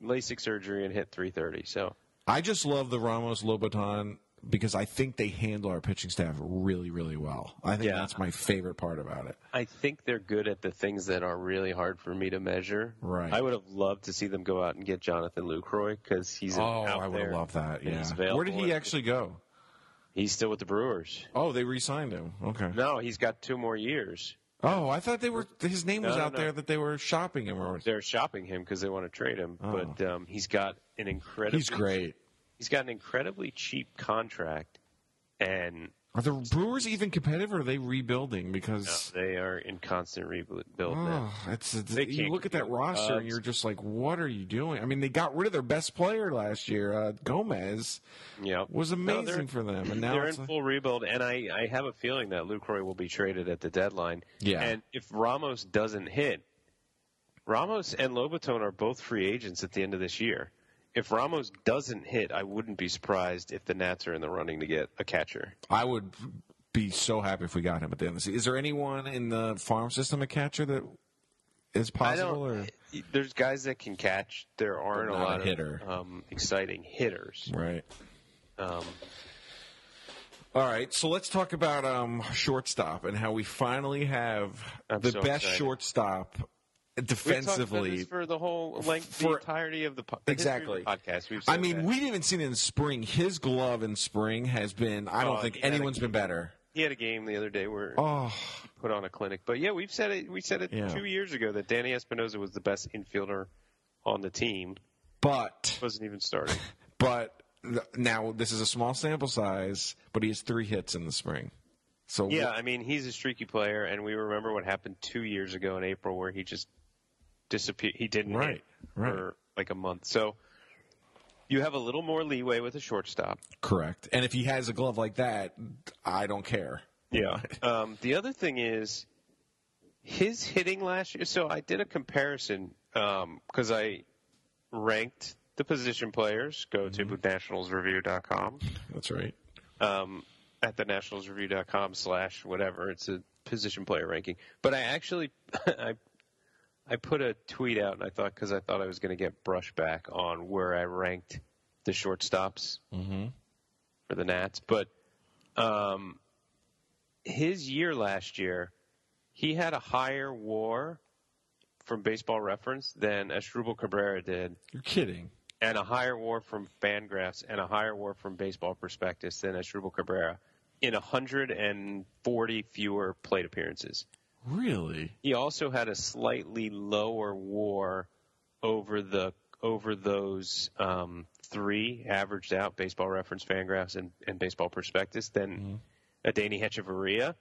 LASIK surgery, and hit 330. So I just love the Ramos Lobaton because I think they handle our pitching staff really really well. I think Yeah. that's my favorite part about it. I think they're good at the things that are really hard for me to measure. Right. I would have loved to see them go out and get Jonathan Lucroy because he's oh, out I would there have loved that. and he's Yeah, available where did and- he actually go? He's still with the Brewers. Oh, they re-signed him. Okay. No, he's got two more years. Oh, I thought they were. His name was No, no, out no. there that they were shopping him or. They're shopping him because they want to trade him, Oh. but um, he's got an incredible. He's great. He's got an incredibly cheap contract, and Are the Brewers even competitive? or Are they rebuilding? you know, Because uh, they are in constant rebuild now. oh, it's, it's- They you can't look at that compete Uh, with roster and Cubs. you're just like, what are you doing? I mean, they got rid of their best player last year. Uh, Gomez Yep. was No, amazing they're- for them, and now they're it's in like, full rebuild, and I, I have a feeling that Lucroy will be traded at the deadline. Yeah. And if Ramos doesn't hit, Ramos and Lobaton are both free agents at the end of this year. If Ramos doesn't hit, I wouldn't be surprised if the Nats are in the running to get a catcher. I would be so happy if we got him at the end of the season. Is there anyone in the farm system a catcher that is I possible? Or? don't. There's guys that can catch. There aren't But a not a lot hitter. of um, exciting hitters. Right. Um, All right. So let's talk about um, shortstop and how we finally have I'm the so best excited. shortstop we've talked about defensively. this for the whole length, the For- entirety of the, po- the history Exactly. of the podcast. We've I said mean, that. we didn't even see it in spring. His glove in spring has been. I don't Oh, think he had a- anyone's been better. he had a game the other day where Oh, put on a clinic. But yeah, we've said it. We said it Yeah. two years ago that Danny Espinosa was the best infielder on the team. but Wasn't even starting. but th- now this is a small sample size, but he has three hits in the spring. So yeah, I mean he's a streaky player, and we remember what happened two years ago in April where he just disappeared. He didn't Right, hit right. for like a month. So you have a little more leeway with a shortstop. correct. And if he has a glove like that, I don't care. Yeah. Um, the other thing is his hitting last year. So I did a comparison because I ranked the position players. Go to Mm-hmm. nationalsreview.com. That's right. um, at the nationalsreview.com slash whatever. It's a position player ranking. But I actually, I, I put a tweet out and I thought, cause I thought I was going to get brushback on where I ranked the shortstops for the Nats. But, um, his year last year, he had a higher war from baseball reference than Estrubel Cabrera did You're kidding. and a higher war from Fangraphs and a higher war from Baseball Prospectus than Asdrubal Cabrera in 140 fewer plate appearances. Really? He also had a slightly lower war over the over those um, three averaged out Baseball Reference, Fangraphs, and, and Baseball Prospectus than a Danny Hechevarria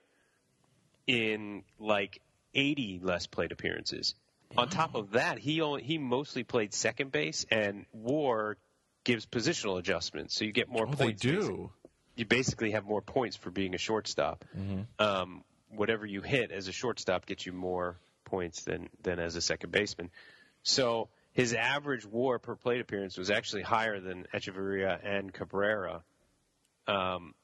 in like 80 less plate appearances. On top of that, he only, he mostly played second base, and WAR gives positional adjustments, so you get more Oh, points. they basically do. you basically have more points for being a shortstop. Um, whatever you hit as a shortstop gets you more points than than as a second baseman. So his average WAR per plate appearance was actually higher than Echeverria and Cabrera. Um,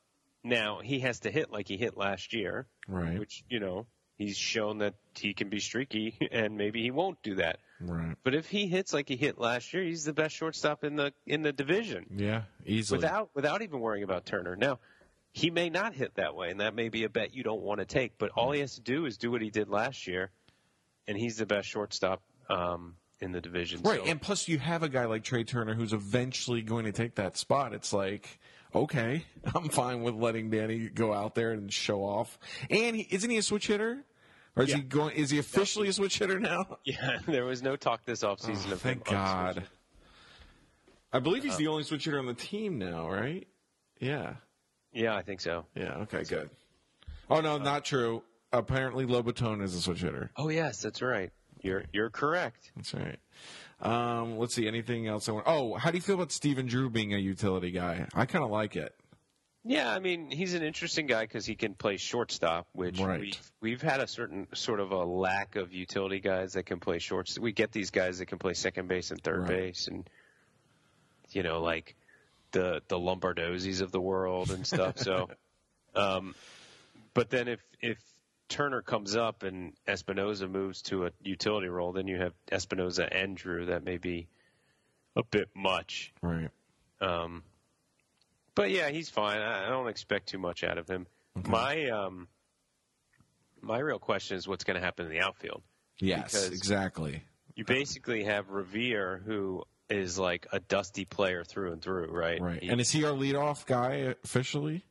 now he has to hit like he hit last year, Right. which you know he's shown that he can be streaky, and maybe he won't do that. Right. But if he hits like he hit last year, he's the best shortstop in the in the division Yeah. Easily. without without even worrying about Turner. Now, he may not hit that way, and that may be a bet you don't want to take. But all he has to do is do what he did last year, and he's the best shortstop um, in the division. Right, So- and plus you have a guy like Trey Turner who's eventually going to take that spot. It's like, okay, I'm fine with letting Danny go out there and show off. And he, isn't he a switch hitter? Or is he going? Is he officially a switch hitter now? yeah, there was no talk this offseason of him Oh, Thank on God. switch. Uh, I believe he's the only switch hitter on the team now, right? Yeah. Yeah, I think so. Yeah. Okay. Good. Oh Uh, no, not true. Apparently, Lobatone is a switch hitter. Oh yes, that's right. You're you're correct. That's right. Um, let's see. Anything else? I want. Oh, how do you feel about Steven Drew being a utility guy? I kind of like it. Yeah, I mean he's an interesting guy because he can play shortstop, which Right. we we've had a certain sort of a lack of utility guys that can play shorts. We get these guys that can play second base and third Right. base, and you know like the the Lombardozis of the world and stuff. so, um, but then if if Turner comes up and Espinoza moves to a utility role, then you have Espinoza and Drew. That may be a bit much. Right. Um, but yeah, he's fine. I, I don't expect too much out of him. My um, my real question is what's going to happen in the outfield. Yes, Because- exactly. You basically have Revere, who is like a dusty player through and through, right? Right. He- And is he our leadoff guy officially?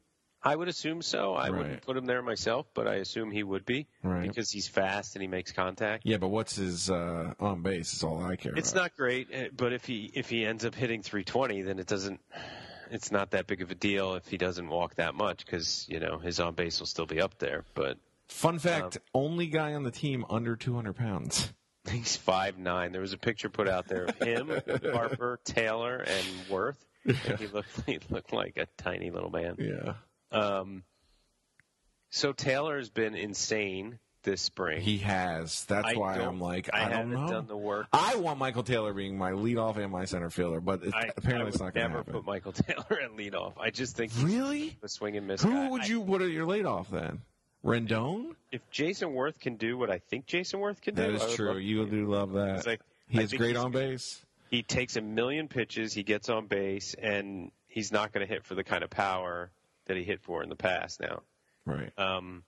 I would assume so. I Right. wouldn't put him there myself, but I assume he would be Right. because he's fast and he makes contact. Yeah, but what's his uh, on base is all I care It's about. not great, eh, but if he if he ends up hitting 320, then it doesn't. It's not that big of a deal if he doesn't walk that much because you know his on base will still be up there. But Fun fact only guy on the team under 200 pounds. he's five nine. There was a picture put out there of him, Harper, Taylor, and Worth. And he looked he looked like a tiny little man. Yeah. Um, so Taylor has been insane. this spring. He has. That's I why don't- I'm like, I I, don't haven't know. Uh, done the work. I want Michael Taylor being my leadoff and my center fielder, but it, I, apparently I it's would not going to never happen. put Michael Taylor at leadoff. I just think he's really? a swing and miss. Who guy. would I- you? What are your leadoff then? Rendon? if Jason Worth can do what I think Jason Worth can That do, I is would true. love- You do love that. It's like, he I is think great he's- on base. he takes a million pitches, he gets on base, and he's not going to hit for the kind of power that he hit for in the past. Now, Right. um,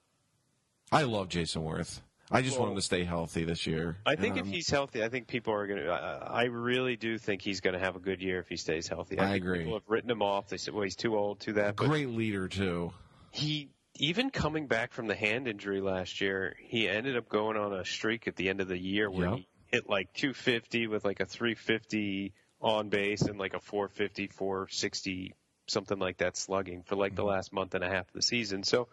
I love Jason Worth. I just want Well, him to stay healthy this year. I And think if I'm- he's healthy, I think people are going to. I I really do think he's going to have a good year if he stays healthy. I think agree. People have written him off. They said, "Well, he's too old, to that." But great leader too. he even coming back from the hand injury last year, he ended up going on a streak at the end of the year where Yep. he hit like 250 with like a 350 on base and like a 450, 460, something like that slugging for like the last month and a half of the season. So,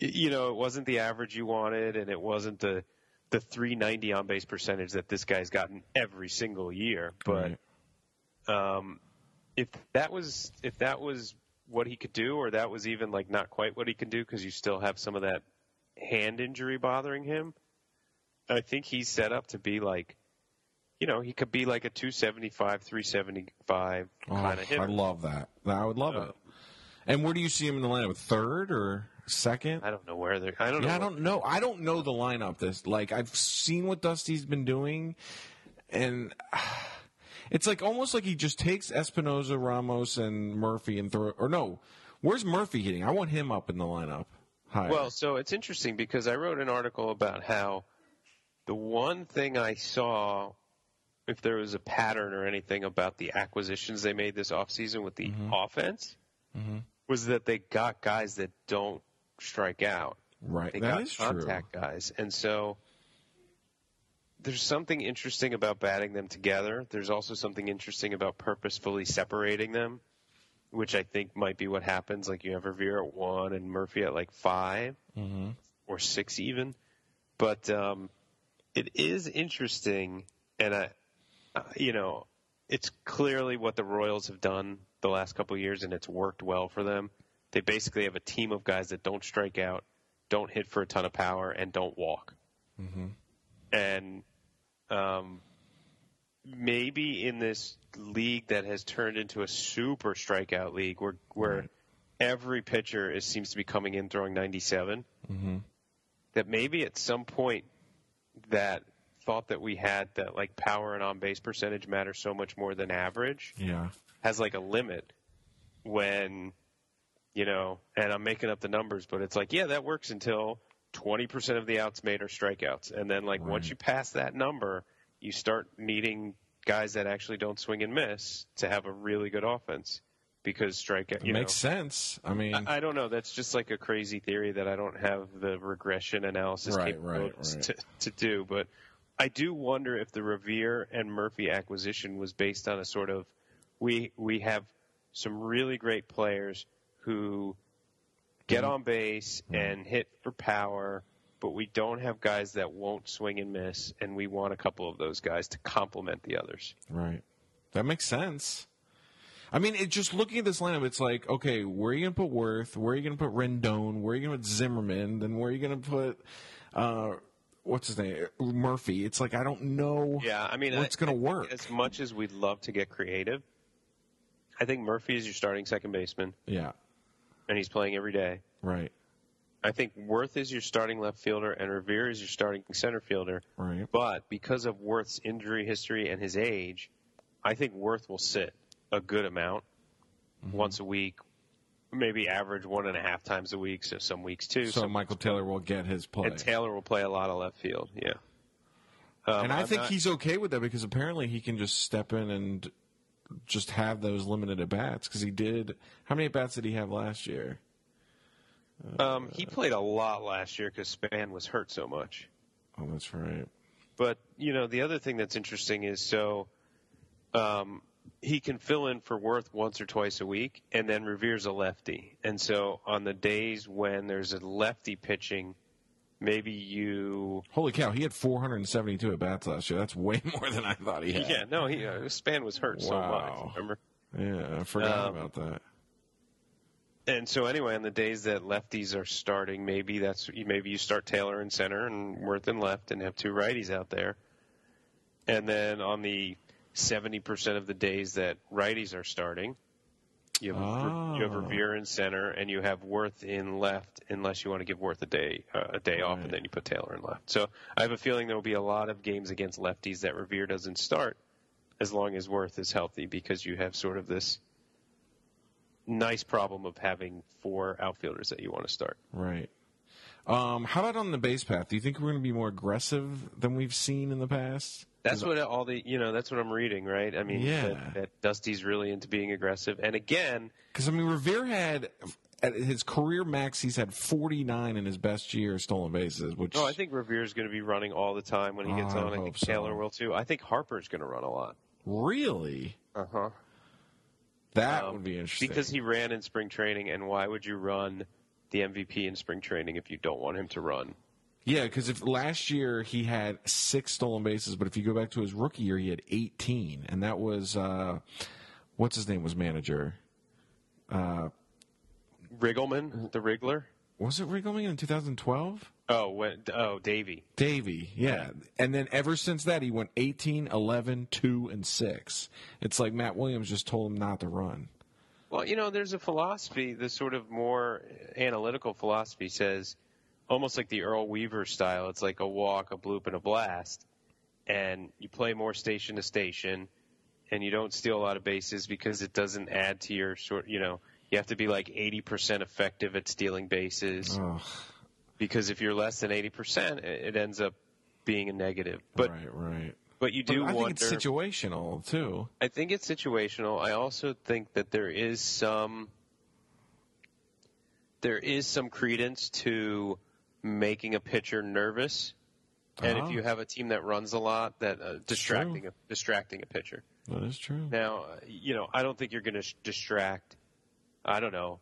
y- you know, it wasn't the average you wanted and it wasn't the the 390 on base percentage that this guy's gotten every single year, but Right. um, if that was if that was what he could do, or that was even like not quite what he can do because you still have some of that hand injury bothering him. I think he's set up to be like, you know, he could be like a 275, 375 Oh, kind of I hitter. love that. I would Uh, love it. And where do you see him in the lineup? Third or second? I don't know where they're. I don't know. Yeah, I what- don't know. I don't know the lineup. This like I've seen what Dusty's been doing, and it's like almost like he just takes Espinoza, Ramos, and Murphy and throw. Or no, where's Murphy hitting? I want him up in the lineup. Hi. Well, so it's interesting because I wrote an article about how the one thing I saw, if there was a pattern or anything about the acquisitions they made this offseason with the offense, was that they got guys that don't strike out. right. They That got is true. contact guys. And so there's something interesting about batting them together. There's also something interesting about purposefully separating them, which I think might be what happens. Like you have Revere at one and Murphy at like 5 Mm-hmm. or six even. But um, it is interesting, and I, uh, you know, it's clearly what the Royals have done the last couple of years, and it's worked well for them. They basically have a team of guys that don't strike out, don't hit for a ton of power, and don't walk. And um, maybe in this league that has turned into a super strikeout league, where where every pitcher is, seems to be coming in throwing 97, that maybe at some point that thought that we had that like power and on base percentage matter so much more than average Yeah. has like a limit when you know and i'm making up the numbers but it's like yeah that works until 20% of the outs made are strikeouts and then like once you pass that number you start needing guys that actually don't swing and miss to have a really good offense because strikeout you know, Makes sense. I mean, I I don't know. That's just like a crazy theory that I don't have the regression analysis Right, capabilities right, To, to do. But I do wonder if the Revere and Murphy acquisition was based on a sort of we we have some really great players who get Mm-hmm. on base and hit for power, but we don't have guys that won't swing and miss, and we want a couple of those guys to complement the others. Right. That makes sense. I mean, it just looking at this lineup, it's like, okay, where are you going to put Worth? Where are you going to put Rendon? Where are you going to put Zimmerman? Then where are you going to put, uh, what's his name? Murphy. It's like, I don't know. Yeah, I mean, Well, it's I- gonna I think work. As much as we'd love to get creative, I think Murphy is your starting second baseman, Yeah. and he's playing every day. Right. I think Worth is your starting left fielder, and Revere is your starting center fielder. Right. But because of Worth's injury history and his age, I think Worth will sit a good amount Mm-hmm. once a week, maybe average one and a half times a week, so some weeks two. So some- Michael Taylor will get his play. and Taylor will play a lot of left field. Yeah. Um, and I I'm think not- he's okay with that because apparently he can just step in and just have those limited at bats because he did. How many at bats did he have last year? Um, he played a lot last year because Span was hurt so much. Oh, that's right. But you know, the other thing that's interesting is so um, he can fill in for Worth once or twice a week, and then Revere's a lefty, and so on the days when there's a lefty pitching, maybe you. Holy cow, he had 472 at bats last year. That's way more than I thought he had. Yeah, no, he uh, Span was hurt so Wow. much. Remember? Yeah, I forgot Um, about that. And so anyway, on the days that lefties are starting, maybe that's maybe you start Taylor in center and Worth in left, and have two righties out there. And then on the seventy percent of the days that righties are starting, you have you have Oh. Revere in center, and you have Worth in left, unless you want to give Worth a day uh, a day off, and then you put Taylor in left. So I have a feeling there will be a lot of games against lefties that Revere doesn't start, as long as Worth is healthy, because you have sort of this nice problem of having four outfielders that you want to start. Right. Um, how about on the base path? Do you think we're going to be more aggressive than we've seen in the past? That's what all the you know. That's what I'm reading, right? I mean, Yeah. that, that Dusty's really into being aggressive, and again, Because I mean, Revere had at his career max, he's had 49 in his best year stolen bases, which no, I think Revere's going to be running all the time when he gets I on. I hope think so. Taylor will too. I think Harper's going to run a lot. really Uh huh. that would be interesting. Um, because he ran in spring training, and why would you run the MVP in spring training if you don't want him to run? yeah, because if last year he had six stolen bases, but if you go back to his rookie year, he had 18, and that was uh, what's his name was manager. Riggleman, the Wriggler. Was it Riggleman in 2012? Oh, when, oh, Davy. Davy, yeah. And then ever since that, he went 18, 11, 2, and 6. It's like Matt Williams just told him not to run. Well, you know, there's a philosophy, the sort of more analytical philosophy says almost like the Earl Weaver style. It's like a walk, a bloop, and a blast. And you play more station to station and you don't steal a lot of bases because it doesn't add to your sort, you know, you have to be like 80% effective at stealing bases Ugh, because if you're less than 80%, it- it ends up being a negative. But, right, right. but you But do I wonder. think it's situational, too. I think it's situational. I also think that there is some there is some credence to making a pitcher nervous, and Uh-huh. if you have a team that runs a lot, that uh, distracting true. a, distracting a pitcher. That is true. Now, uh, you know, I don't think you're going to sh- distract. I don't know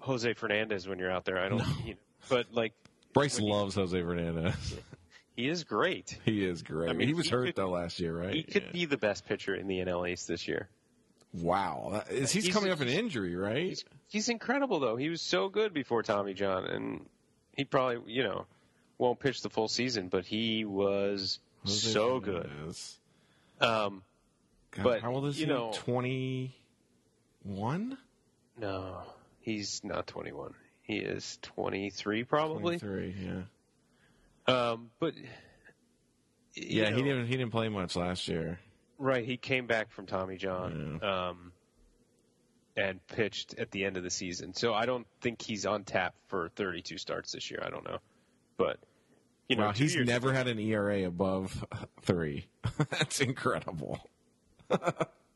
Jose Fernandez when you're out there. I don't. You know, but like Bryce loves Jose Fernandez. he is great. he is great. I I mean, mean, he was he hurt, could- though, last year, right? He could Yeah. be the best pitcher in the NL East this year. Wow. That- Is, he's, He's- coming off an injury, right? he's he's incredible though. He was so good before Tommy John, and he probably you know won't pitch the full season, but he was Jose so good. Fernandez. Um, God, But, how old is you he? know- 21? no, he's not 21. He is 23 probably. 23, yeah. Um, but you Yeah, know, he didn't, he didn't play much last year. Right, he came back from Tommy John. Um. And pitched at the end of the season, so I don't think he's on tap for 32 starts this year. I don't know, but you know, Wow, two he's years- never had an ERA above three. That's incredible.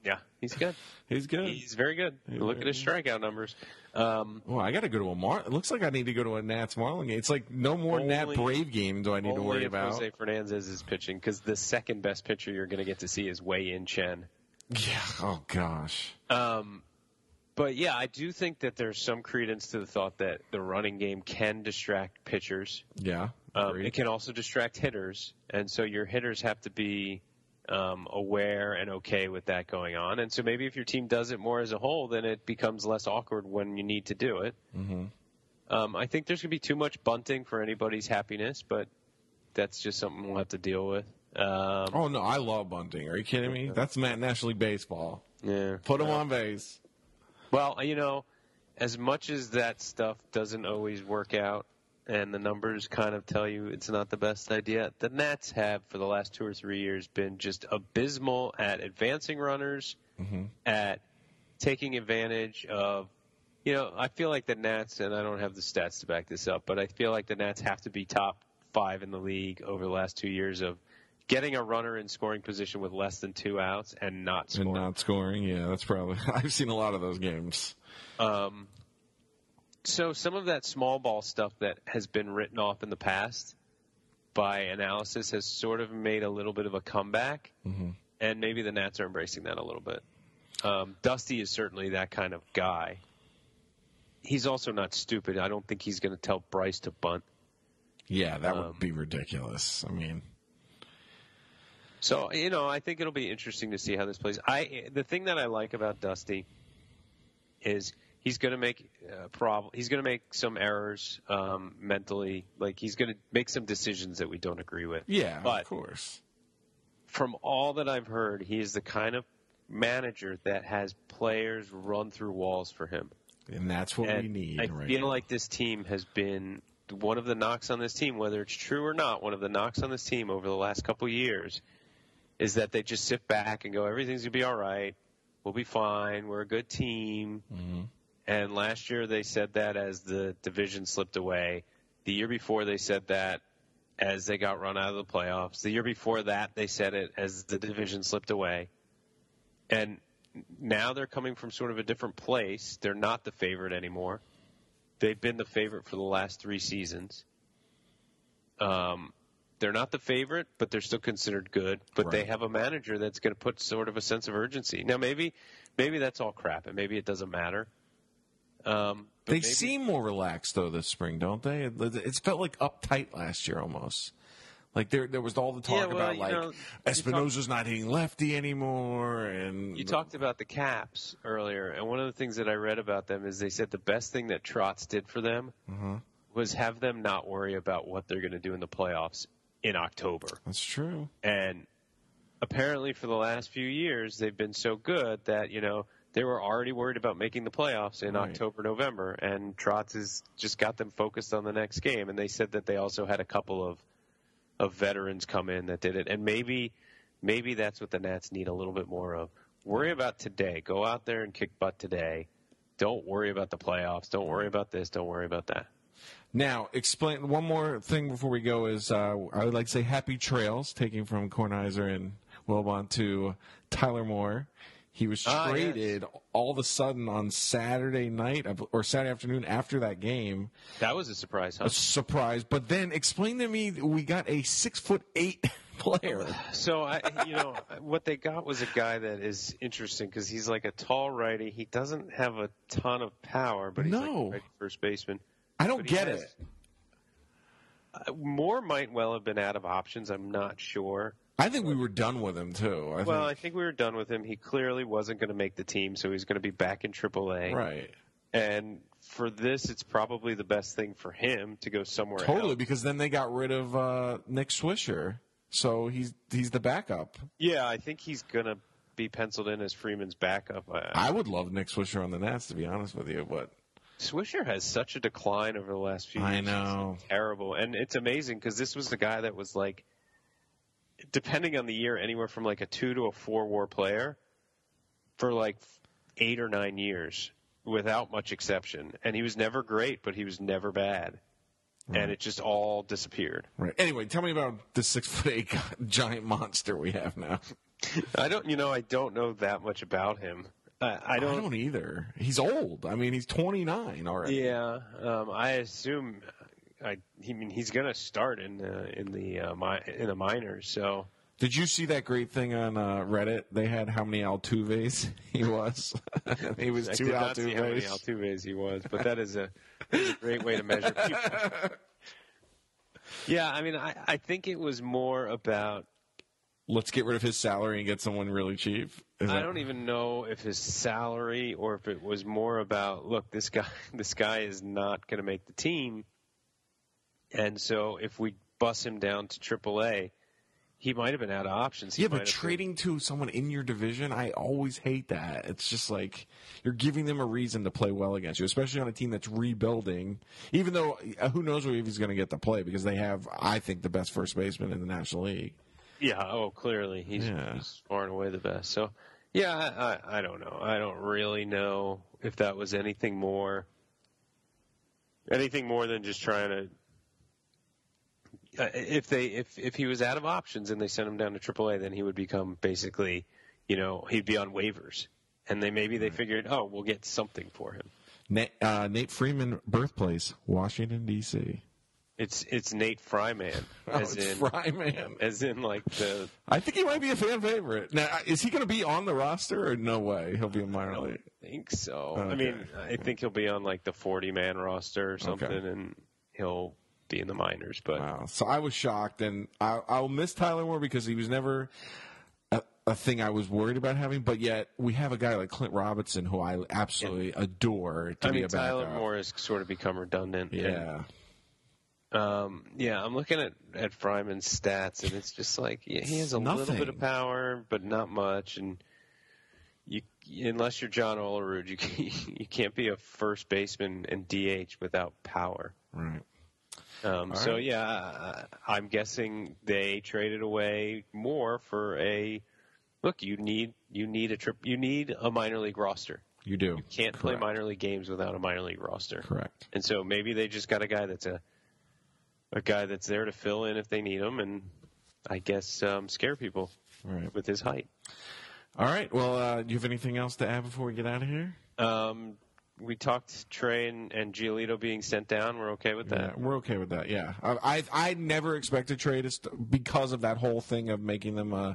yeah, he's good. He's good. He's very good. Look at his strikeout numbers. Um, well, I got to go to a Mar. It looks like I need to go to a Nats Marlin game. It's like no more Nat Only- Brave game do I need to only worry if about. Jose Fernandez is pitching because the second best pitcher you're going to get to see is Wei In Chen. Yeah. Oh gosh. Um, but yeah, I do think that there's some credence to the thought that the running game can distract pitchers. Yeah. Um, agreed. it can also distract hitters, and so your hitters have to be um, aware and okay with that going on. And so maybe if your team does it more as a whole, then it becomes less awkward when you need to do it. Mm-hmm. Um, I think there's going to be too much bunting for anybody's happiness, but that's just something we'll have to deal with. Um, oh no, I love bunting. Are you kidding me? That's Matt National League baseball. yeah. Put him on base. Well, you know, as much as that stuff doesn't always work out, and the numbers kind of tell you it's not the best idea, the Nats have, for the last two or three years, been just abysmal at advancing runners, at taking advantage of. You know, I feel like the Nats, and I don't have the stats to back this up, but I feel like the Nats have to be top five in the league over the last two years of getting a runner in scoring position with less than two outs and not And scoring. not scoring. Yeah, that's probably. I've seen a lot of those games. Um, so some of that small ball stuff that has been written off in the past by analysis has sort of made a little bit of a comeback, and maybe the Nats are embracing that a little bit. Um, Dusty is certainly that kind of guy. He's also not stupid. I don't think he's going to tell Bryce to bunt. Yeah, that Um, would be ridiculous. I mean, So you know, I think it'll be interesting to see how this plays. I the thing that I like about Dusty is he's going to make uh, prob- he's going to make some errors um, mentally. Like he's going to make some decisions that we don't agree with. Yeah, but of course. from all that I've heard, he is the kind of manager that has players run through walls for him. And that's what we And need. I right feel now. like this team has been one of the knocks on this team, whether it's true or not. One of the knocks on this team over the last couple of years is that they just sit back and go, "Everything's gonna be all right. We'll be fine. We're a good team." Mm-hmm. And last year they said that as the division slipped away. The year before they said that as they got run out of the playoffs. The year before that they said it as the division slipped away. And now they're coming from sort of a different place. They're not the favorite anymore. They've been the favorite for the last three seasons. Um, they're not the favorite, but they're still considered good. But they Right. have a manager that's going to put sort of a sense of urgency. Now, maybe, maybe that's all crap, and maybe it doesn't matter. Um, but they maybe- seem more relaxed though this spring, don't they? It- It's felt like uptight last year almost. Like there, there was all the talk Yeah, well, about you like know, you Espinosa's not hitting lefty anymore, and You talked about the Caps earlier, and one of the things that I read about them is they said the best thing that Trotz did for them was have them not worry about what they're going to do in the playoffs in October. That's true. And apparently, for the last few years, they've been so good that you know they were already worried about making the playoffs in Right. October, November, and Trotz has just got them focused on the next game. And they said that they also had a couple of of veterans come in that did it, and maybe maybe that's what the Nats need a little bit more of. Worry about today. Go out there and kick butt today. Don't worry about the playoffs. Don't worry about this. Don't worry about that. Now, explain one more thing before we go is uh, I would like to say happy trails, taking from Kornheiser and Wilbon to Tyler Moore. He was Ah, yes. traded all of a sudden on Saturday night I bel- or Saturday afternoon after that game. That was a surprise, huh? A surprise, but then explain to me that we got a six foot eight player. So I, you know, what they got was a guy that is interesting because he's like a tall righty. He doesn't have a ton of power, but he's No. like a righty first baseman. I don't But he get has- it. Uh, Moore might well have been out of options. I'm not sure. I think we were done with him too. I Well, I think, think we were done with him. He clearly wasn't going to make the team, so he's going to be back in AAA. right, And for this, it's probably the best thing for him to go somewhere totally. else. Because then they got rid of uh, Nick Swisher, so he's he's the backup. Yeah, I think he's going to be penciled in as Freeman's backup. I- I would love Nick Swisher on the Nats, to be honest with you, but Swisher has such a decline over the last few I years. It's know. terrible. And it's amazing because this was the guy that was like, depending on the year, anywhere from like a two to a four war player for like eight or nine years without much exception. And he was never great, but he was never bad. And it just all disappeared. right. Anyway, tell me about the six foot eight giant monster we have now. I don't, you know, I don't know that much about him. I, I I don't. don't either. He's old. I mean, he's twenty nine already. Yeah, um, I assume. I, I mean, he's going to start in the in the uh, mi- in the minors. So Did you see that great thing on uh, Reddit? They had how many Altuves he was. he was I two did not see how many Altuves. Altuves he was, but that is a, that is a great way to measure people. yeah, I mean, I, I think it was more about. Let's get rid of his salary and get someone really cheap. Is I that- don't even know if his salary or if it was more about. Look, this guy, this guy is not going to make the team, and so if we bus him down to AAA, he might have been out of options. He Yeah, might but have been- trading to someone in your division, I always hate that. It's just like you're giving them a reason to play well against you, especially on a team that's rebuilding. Even though uh, who knows if he's going to get to play because they have, I think, the best first baseman in the National League. Yeah. Oh, clearly he's, Yeah. he's far and away the best. So, yeah, I, I, I don't know. I don't really know if that was anything more, anything more than just trying to. Uh, if they if if he was out of options and they sent him down to AAA, then he would become basically, you know, he'd be on waivers. And they maybe they figured, oh, we'll get something for him. Nate, uh, Nate Freeman, birthplace Washington D.C. It's it's Nate Fryman, as Oh, it's in Fryman. as in like the I think he might be a fan favorite. Now, uh, is he going to be on the roster or no way? He'll be a minor league. think so. Okay. I mean, I think he'll be on like the 40 man roster or something, and he'll be in the minors. But Wow. So I was shocked, and I, I'll miss Tyler Moore because he was never. Uh, a thing I was worried about having, but yet we have a guy like Clint Robinson who I absolutely adore to I be mean, a backup. Tyler Moore has sort of become redundant. and, Yeah. um, yeah, I'm looking at, at Fryman's stats, and it's just like yeah, he has a little Nothing. bit of power, but not much. And you, unless you're John Olerud, you can, you can't be a first baseman and DH without power. Right. Um, so yeah, I- I'm guessing they traded away more for a look. You need you need a trip. You need a minor league roster. You do. You can't play Correct. minor league games without a minor league roster. Correct. And so maybe they just got a guy that's a a guy that's there to fill in if they need him, and I guess um, scare people Right. with his height. All right. Well, uh, you have anything else to add before we get out of here? Um, we talked Trey and, and Giolito being sent down. We're okay with that. Yeah, we're okay with that. Yeah, I I, I never expected Trey to st- because of that whole thing of making them uh,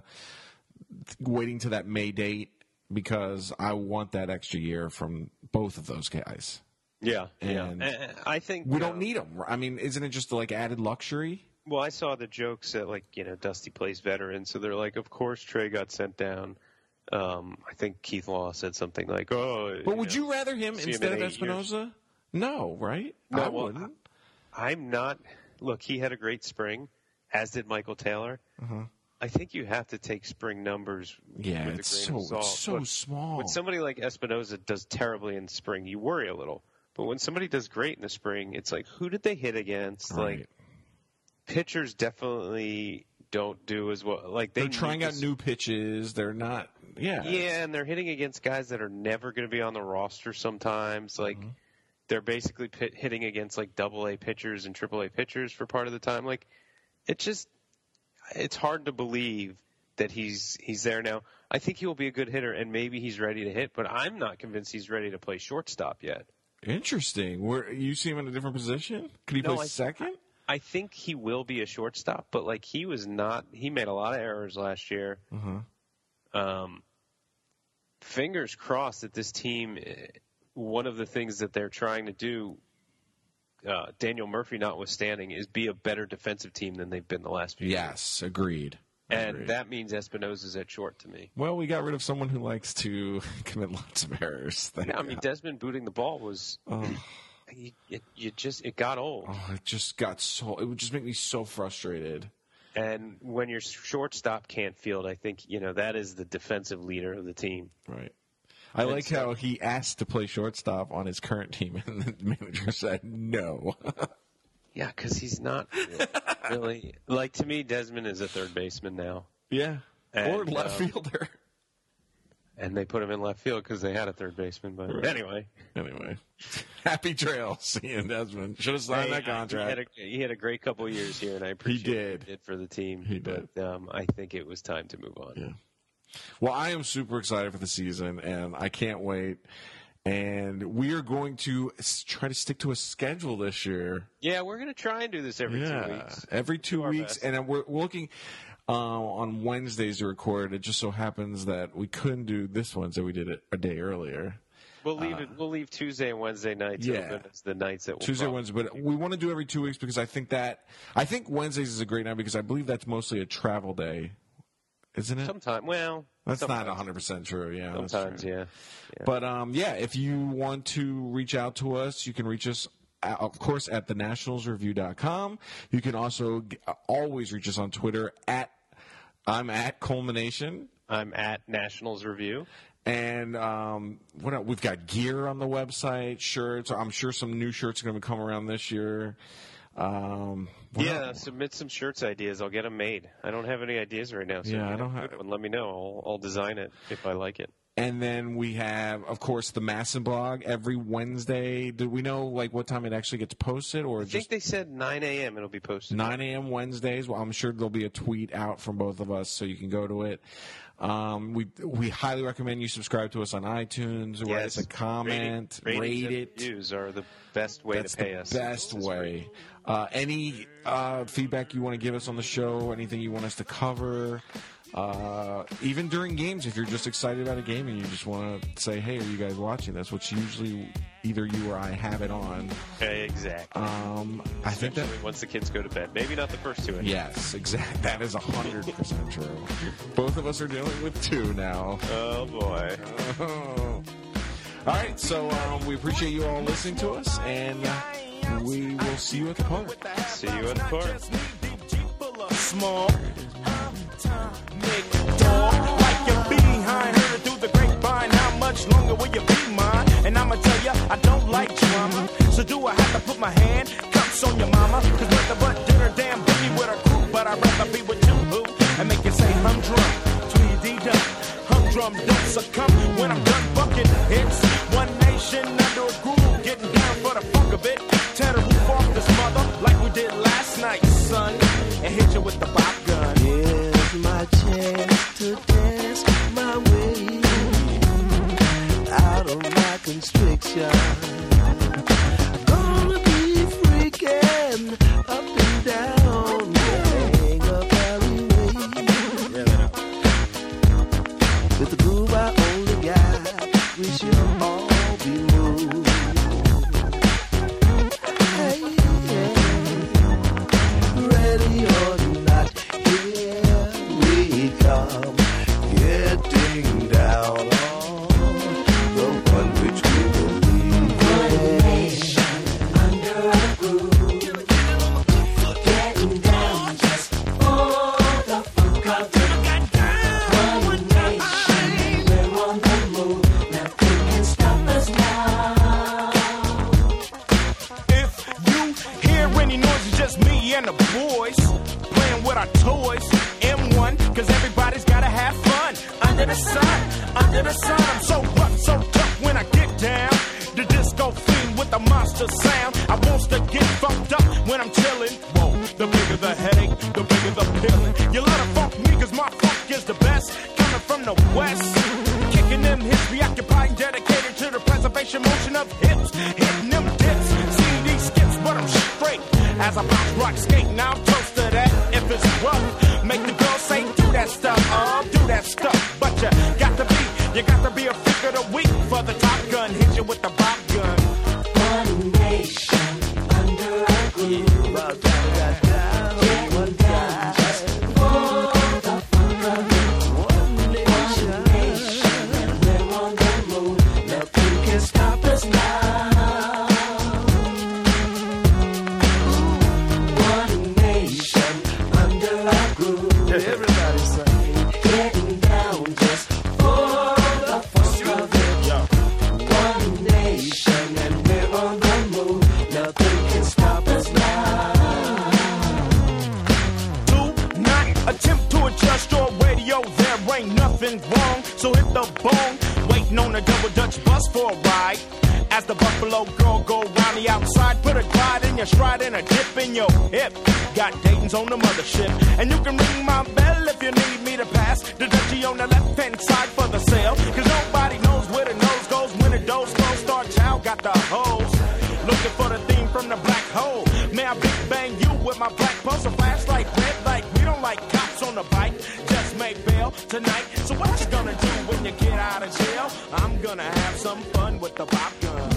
th- waiting to that May date because I want that extra year from both of those guys. Yeah, yeah. And- And I think We um, don't need them. I mean, isn't it just like added luxury? Well, I saw the jokes that like you know Dusty plays veteran, so they're like, of course Trey got sent down. Um, I think Keith Law said something like, "Oh, But would you rather him see him instead in of eight Espinoza? No, right? No, I well, wouldn't. I'm not. Look, he had a great spring, as did Michael Taylor. I think you have to take spring numbers. Mm-hmm. yeah, with it's a grain so of salt. it's so Look, small. When somebody like Espinoza does terribly in spring, you worry a little. But when somebody does great in the spring, it's like, who did they hit against? Right. Like pitchers definitely don't do as well. Like they they're trying need out to new pitches. They're not. Yeah. Yeah, and they're hitting against guys that are never going to be on the roster sometimes. Like, they're basically pit- hitting against like double A pitchers and triple A pitchers for part of the time. Like, it's just, it's hard to believe that he's he's there now. I think he will be a good hitter, and maybe he's ready to hit. But I'm not convinced he's ready to play shortstop yet. Interesting. Where you see him in a different position? Could he No, play I- second? I think he will be a shortstop, but like he was not. He made a lot of errors last year. Um, fingers crossed that this team. eh, One of the things that they're trying to do, uh, Daniel Murphy notwithstanding, is be a better defensive team than they've been the last few. years. Yes, agreed. and that means Espinosa's at short to me. Well, we got rid of someone who likes to commit lots of errors. Thank Yeah, I mean God. Desmond booting the ball was. You, it, you just it got old, oh, it just got so. It would just make me so frustrated. and when your shortstop can't field, I think you know that is the defensive leader of the team. Right. I like so- how he asked to play shortstop on his current team, and the manager said no. Yeah, because he's not really like to me. Desmond is a third baseman now, yeah, or And, left um, fielder. and they put him in left field because they had a third baseman. But anyway, Anyway, happy trails, Ian Desmond. Should have signed Hey, that contract. He had, a, he had a great couple years here, and I appreciate what did. he did for the team. He did. But, um, I think it was time to move on. Well, I am super excited for the season, and I can't wait. And we are going to s- try to stick to a schedule this year. Yeah, we're gonna try and do this every two yeah, weeks. every two our weeks, best. and then we're we're looking uh, on Wednesdays to record. It just so happens that we couldn't do this one, so we did it a day earlier. We'll leave it. We'll leave Tuesday and Wednesday nights Uh, yeah. open as the nights that we'll Tuesday, probably- Wednesday, but we want to do every two weeks because I think that I think Wednesdays is a great night because I believe that's mostly a travel day, isn't it? Sometime. Well, that's sometimes, not hundred percent true. Yeah, that's true. Sometimes, yeah. But um, yeah, if you want to reach out to us, you can reach us. uh, Of course, at thenationalsreview.com. You can also g- uh, always reach us on Twitter at I'm at culmination. I'm at Nationals review. And um, what else? we've got gear on the website, shirts. I'm sure some new shirts are going to come around this year. Um, what Yeah, else? submit some shirts ideas. I'll get them made. I don't have any ideas right now. So Yeah, if you I don't a have- good one, let me know. I'll, I'll design it if I like it. And then we have, of course, the Masson blog every Wednesday. Do we know like what time it actually gets posted, or I just think they said 9 a.m. It'll be posted. 9 a.m. Wednesdays. Well, I'm sure there'll be a tweet out from both of us, so you can go to it. Um, we we highly recommend you subscribe to us on iTunes. Write us a comment. Rating- ratings rate and it. Reviews are the best way That's to pay the us. best This is great. way. Uh, any uh, feedback you want to give us on the show, anything you want us to cover, uh, even during games, if you're just excited about a game and you just want to say, "Hey, are you guys watching?" That's what's usually either you or I have it on. Exactly. Um, I think that Especially once the kids go to bed, maybe not the first two. anymore. yes, exact. That is hundred percent true. Both of us are dealing with two now. Oh boy. all right, so um, we appreciate you all listening to us, and uh, we will see you at the park. See you at the park. Small. Nick Dog, like you're behind her through the grapevine. How much longer will you be mine? And I'ma tell ya, I don't like drama. So do I have to put my hand cups on your mama? Cause nothing but dinner, damn boogie with a crew. But I'd rather be with you, boo. And make you say, I'm drunk. Tweety duck. Humdrum don't succumb when I'm done bucking hits. One nation under a groove, getting down for the fuck of it. Tear the roof off this mother like we did last night, son. And hit you with the pop gun. Here's my chance to dance my way out of my constriction. Gonna be freaking up and down the up alleyway. With the groove I only got, we should all be moved. Hey, yeah. Ready or not, here we come. Getting down on the one which we believe. One nation If you hear any noise, it's just me and the boys playing with our toys. M1, cause everybody's gotta have fun. Under the sun, under the sun, I'm so rough, so tough when I get down. The disco fiend with the monster sound. I wants to get fucked up when I'm chilling. Whoa, the bigger the headache, the bigger the feeling. You let her fuck me, cause my fuck is the best. Coming from the west, kicking them hips, reoccupying, dedicated to the preservation motion of hips. Hitting them dips, seeing these skips, but I'm straight. As I bounce, rock, skate, now I'm toast to that. If it's rough, make the girl say, do that stuff, uh, do that stuff. But you got to be, you got to be a freak of the week for the top gun. Hit you with the pop gun. can stop us now. One nation under our groove. Everybody sing. Getting down just for the funk of it. One nation and we're on the move. Nothing can stop us now. do not attempt to adjust your radio. There ain't nothing wrong, so hit the bone. Waiting on a double dutch bus for a ride. As the Buffalo girl go round the outside, put a glide in your stride and a dip in your hip. Got Dayton's on the mothership, and you can ring my bell if you need me to pass. The Dutchie on the left hand side for the sale, cause nobody knows where the nose goes when the doors goes. Star Child got the hoes. Looking for the theme from the black hole. May I big bang you with my black pulse, a flashlight, red light. We don't like cops on the bike. Just made bail tonight. So what you gonna do when you get out of jail? I'm gonna have some fun with the pop gun.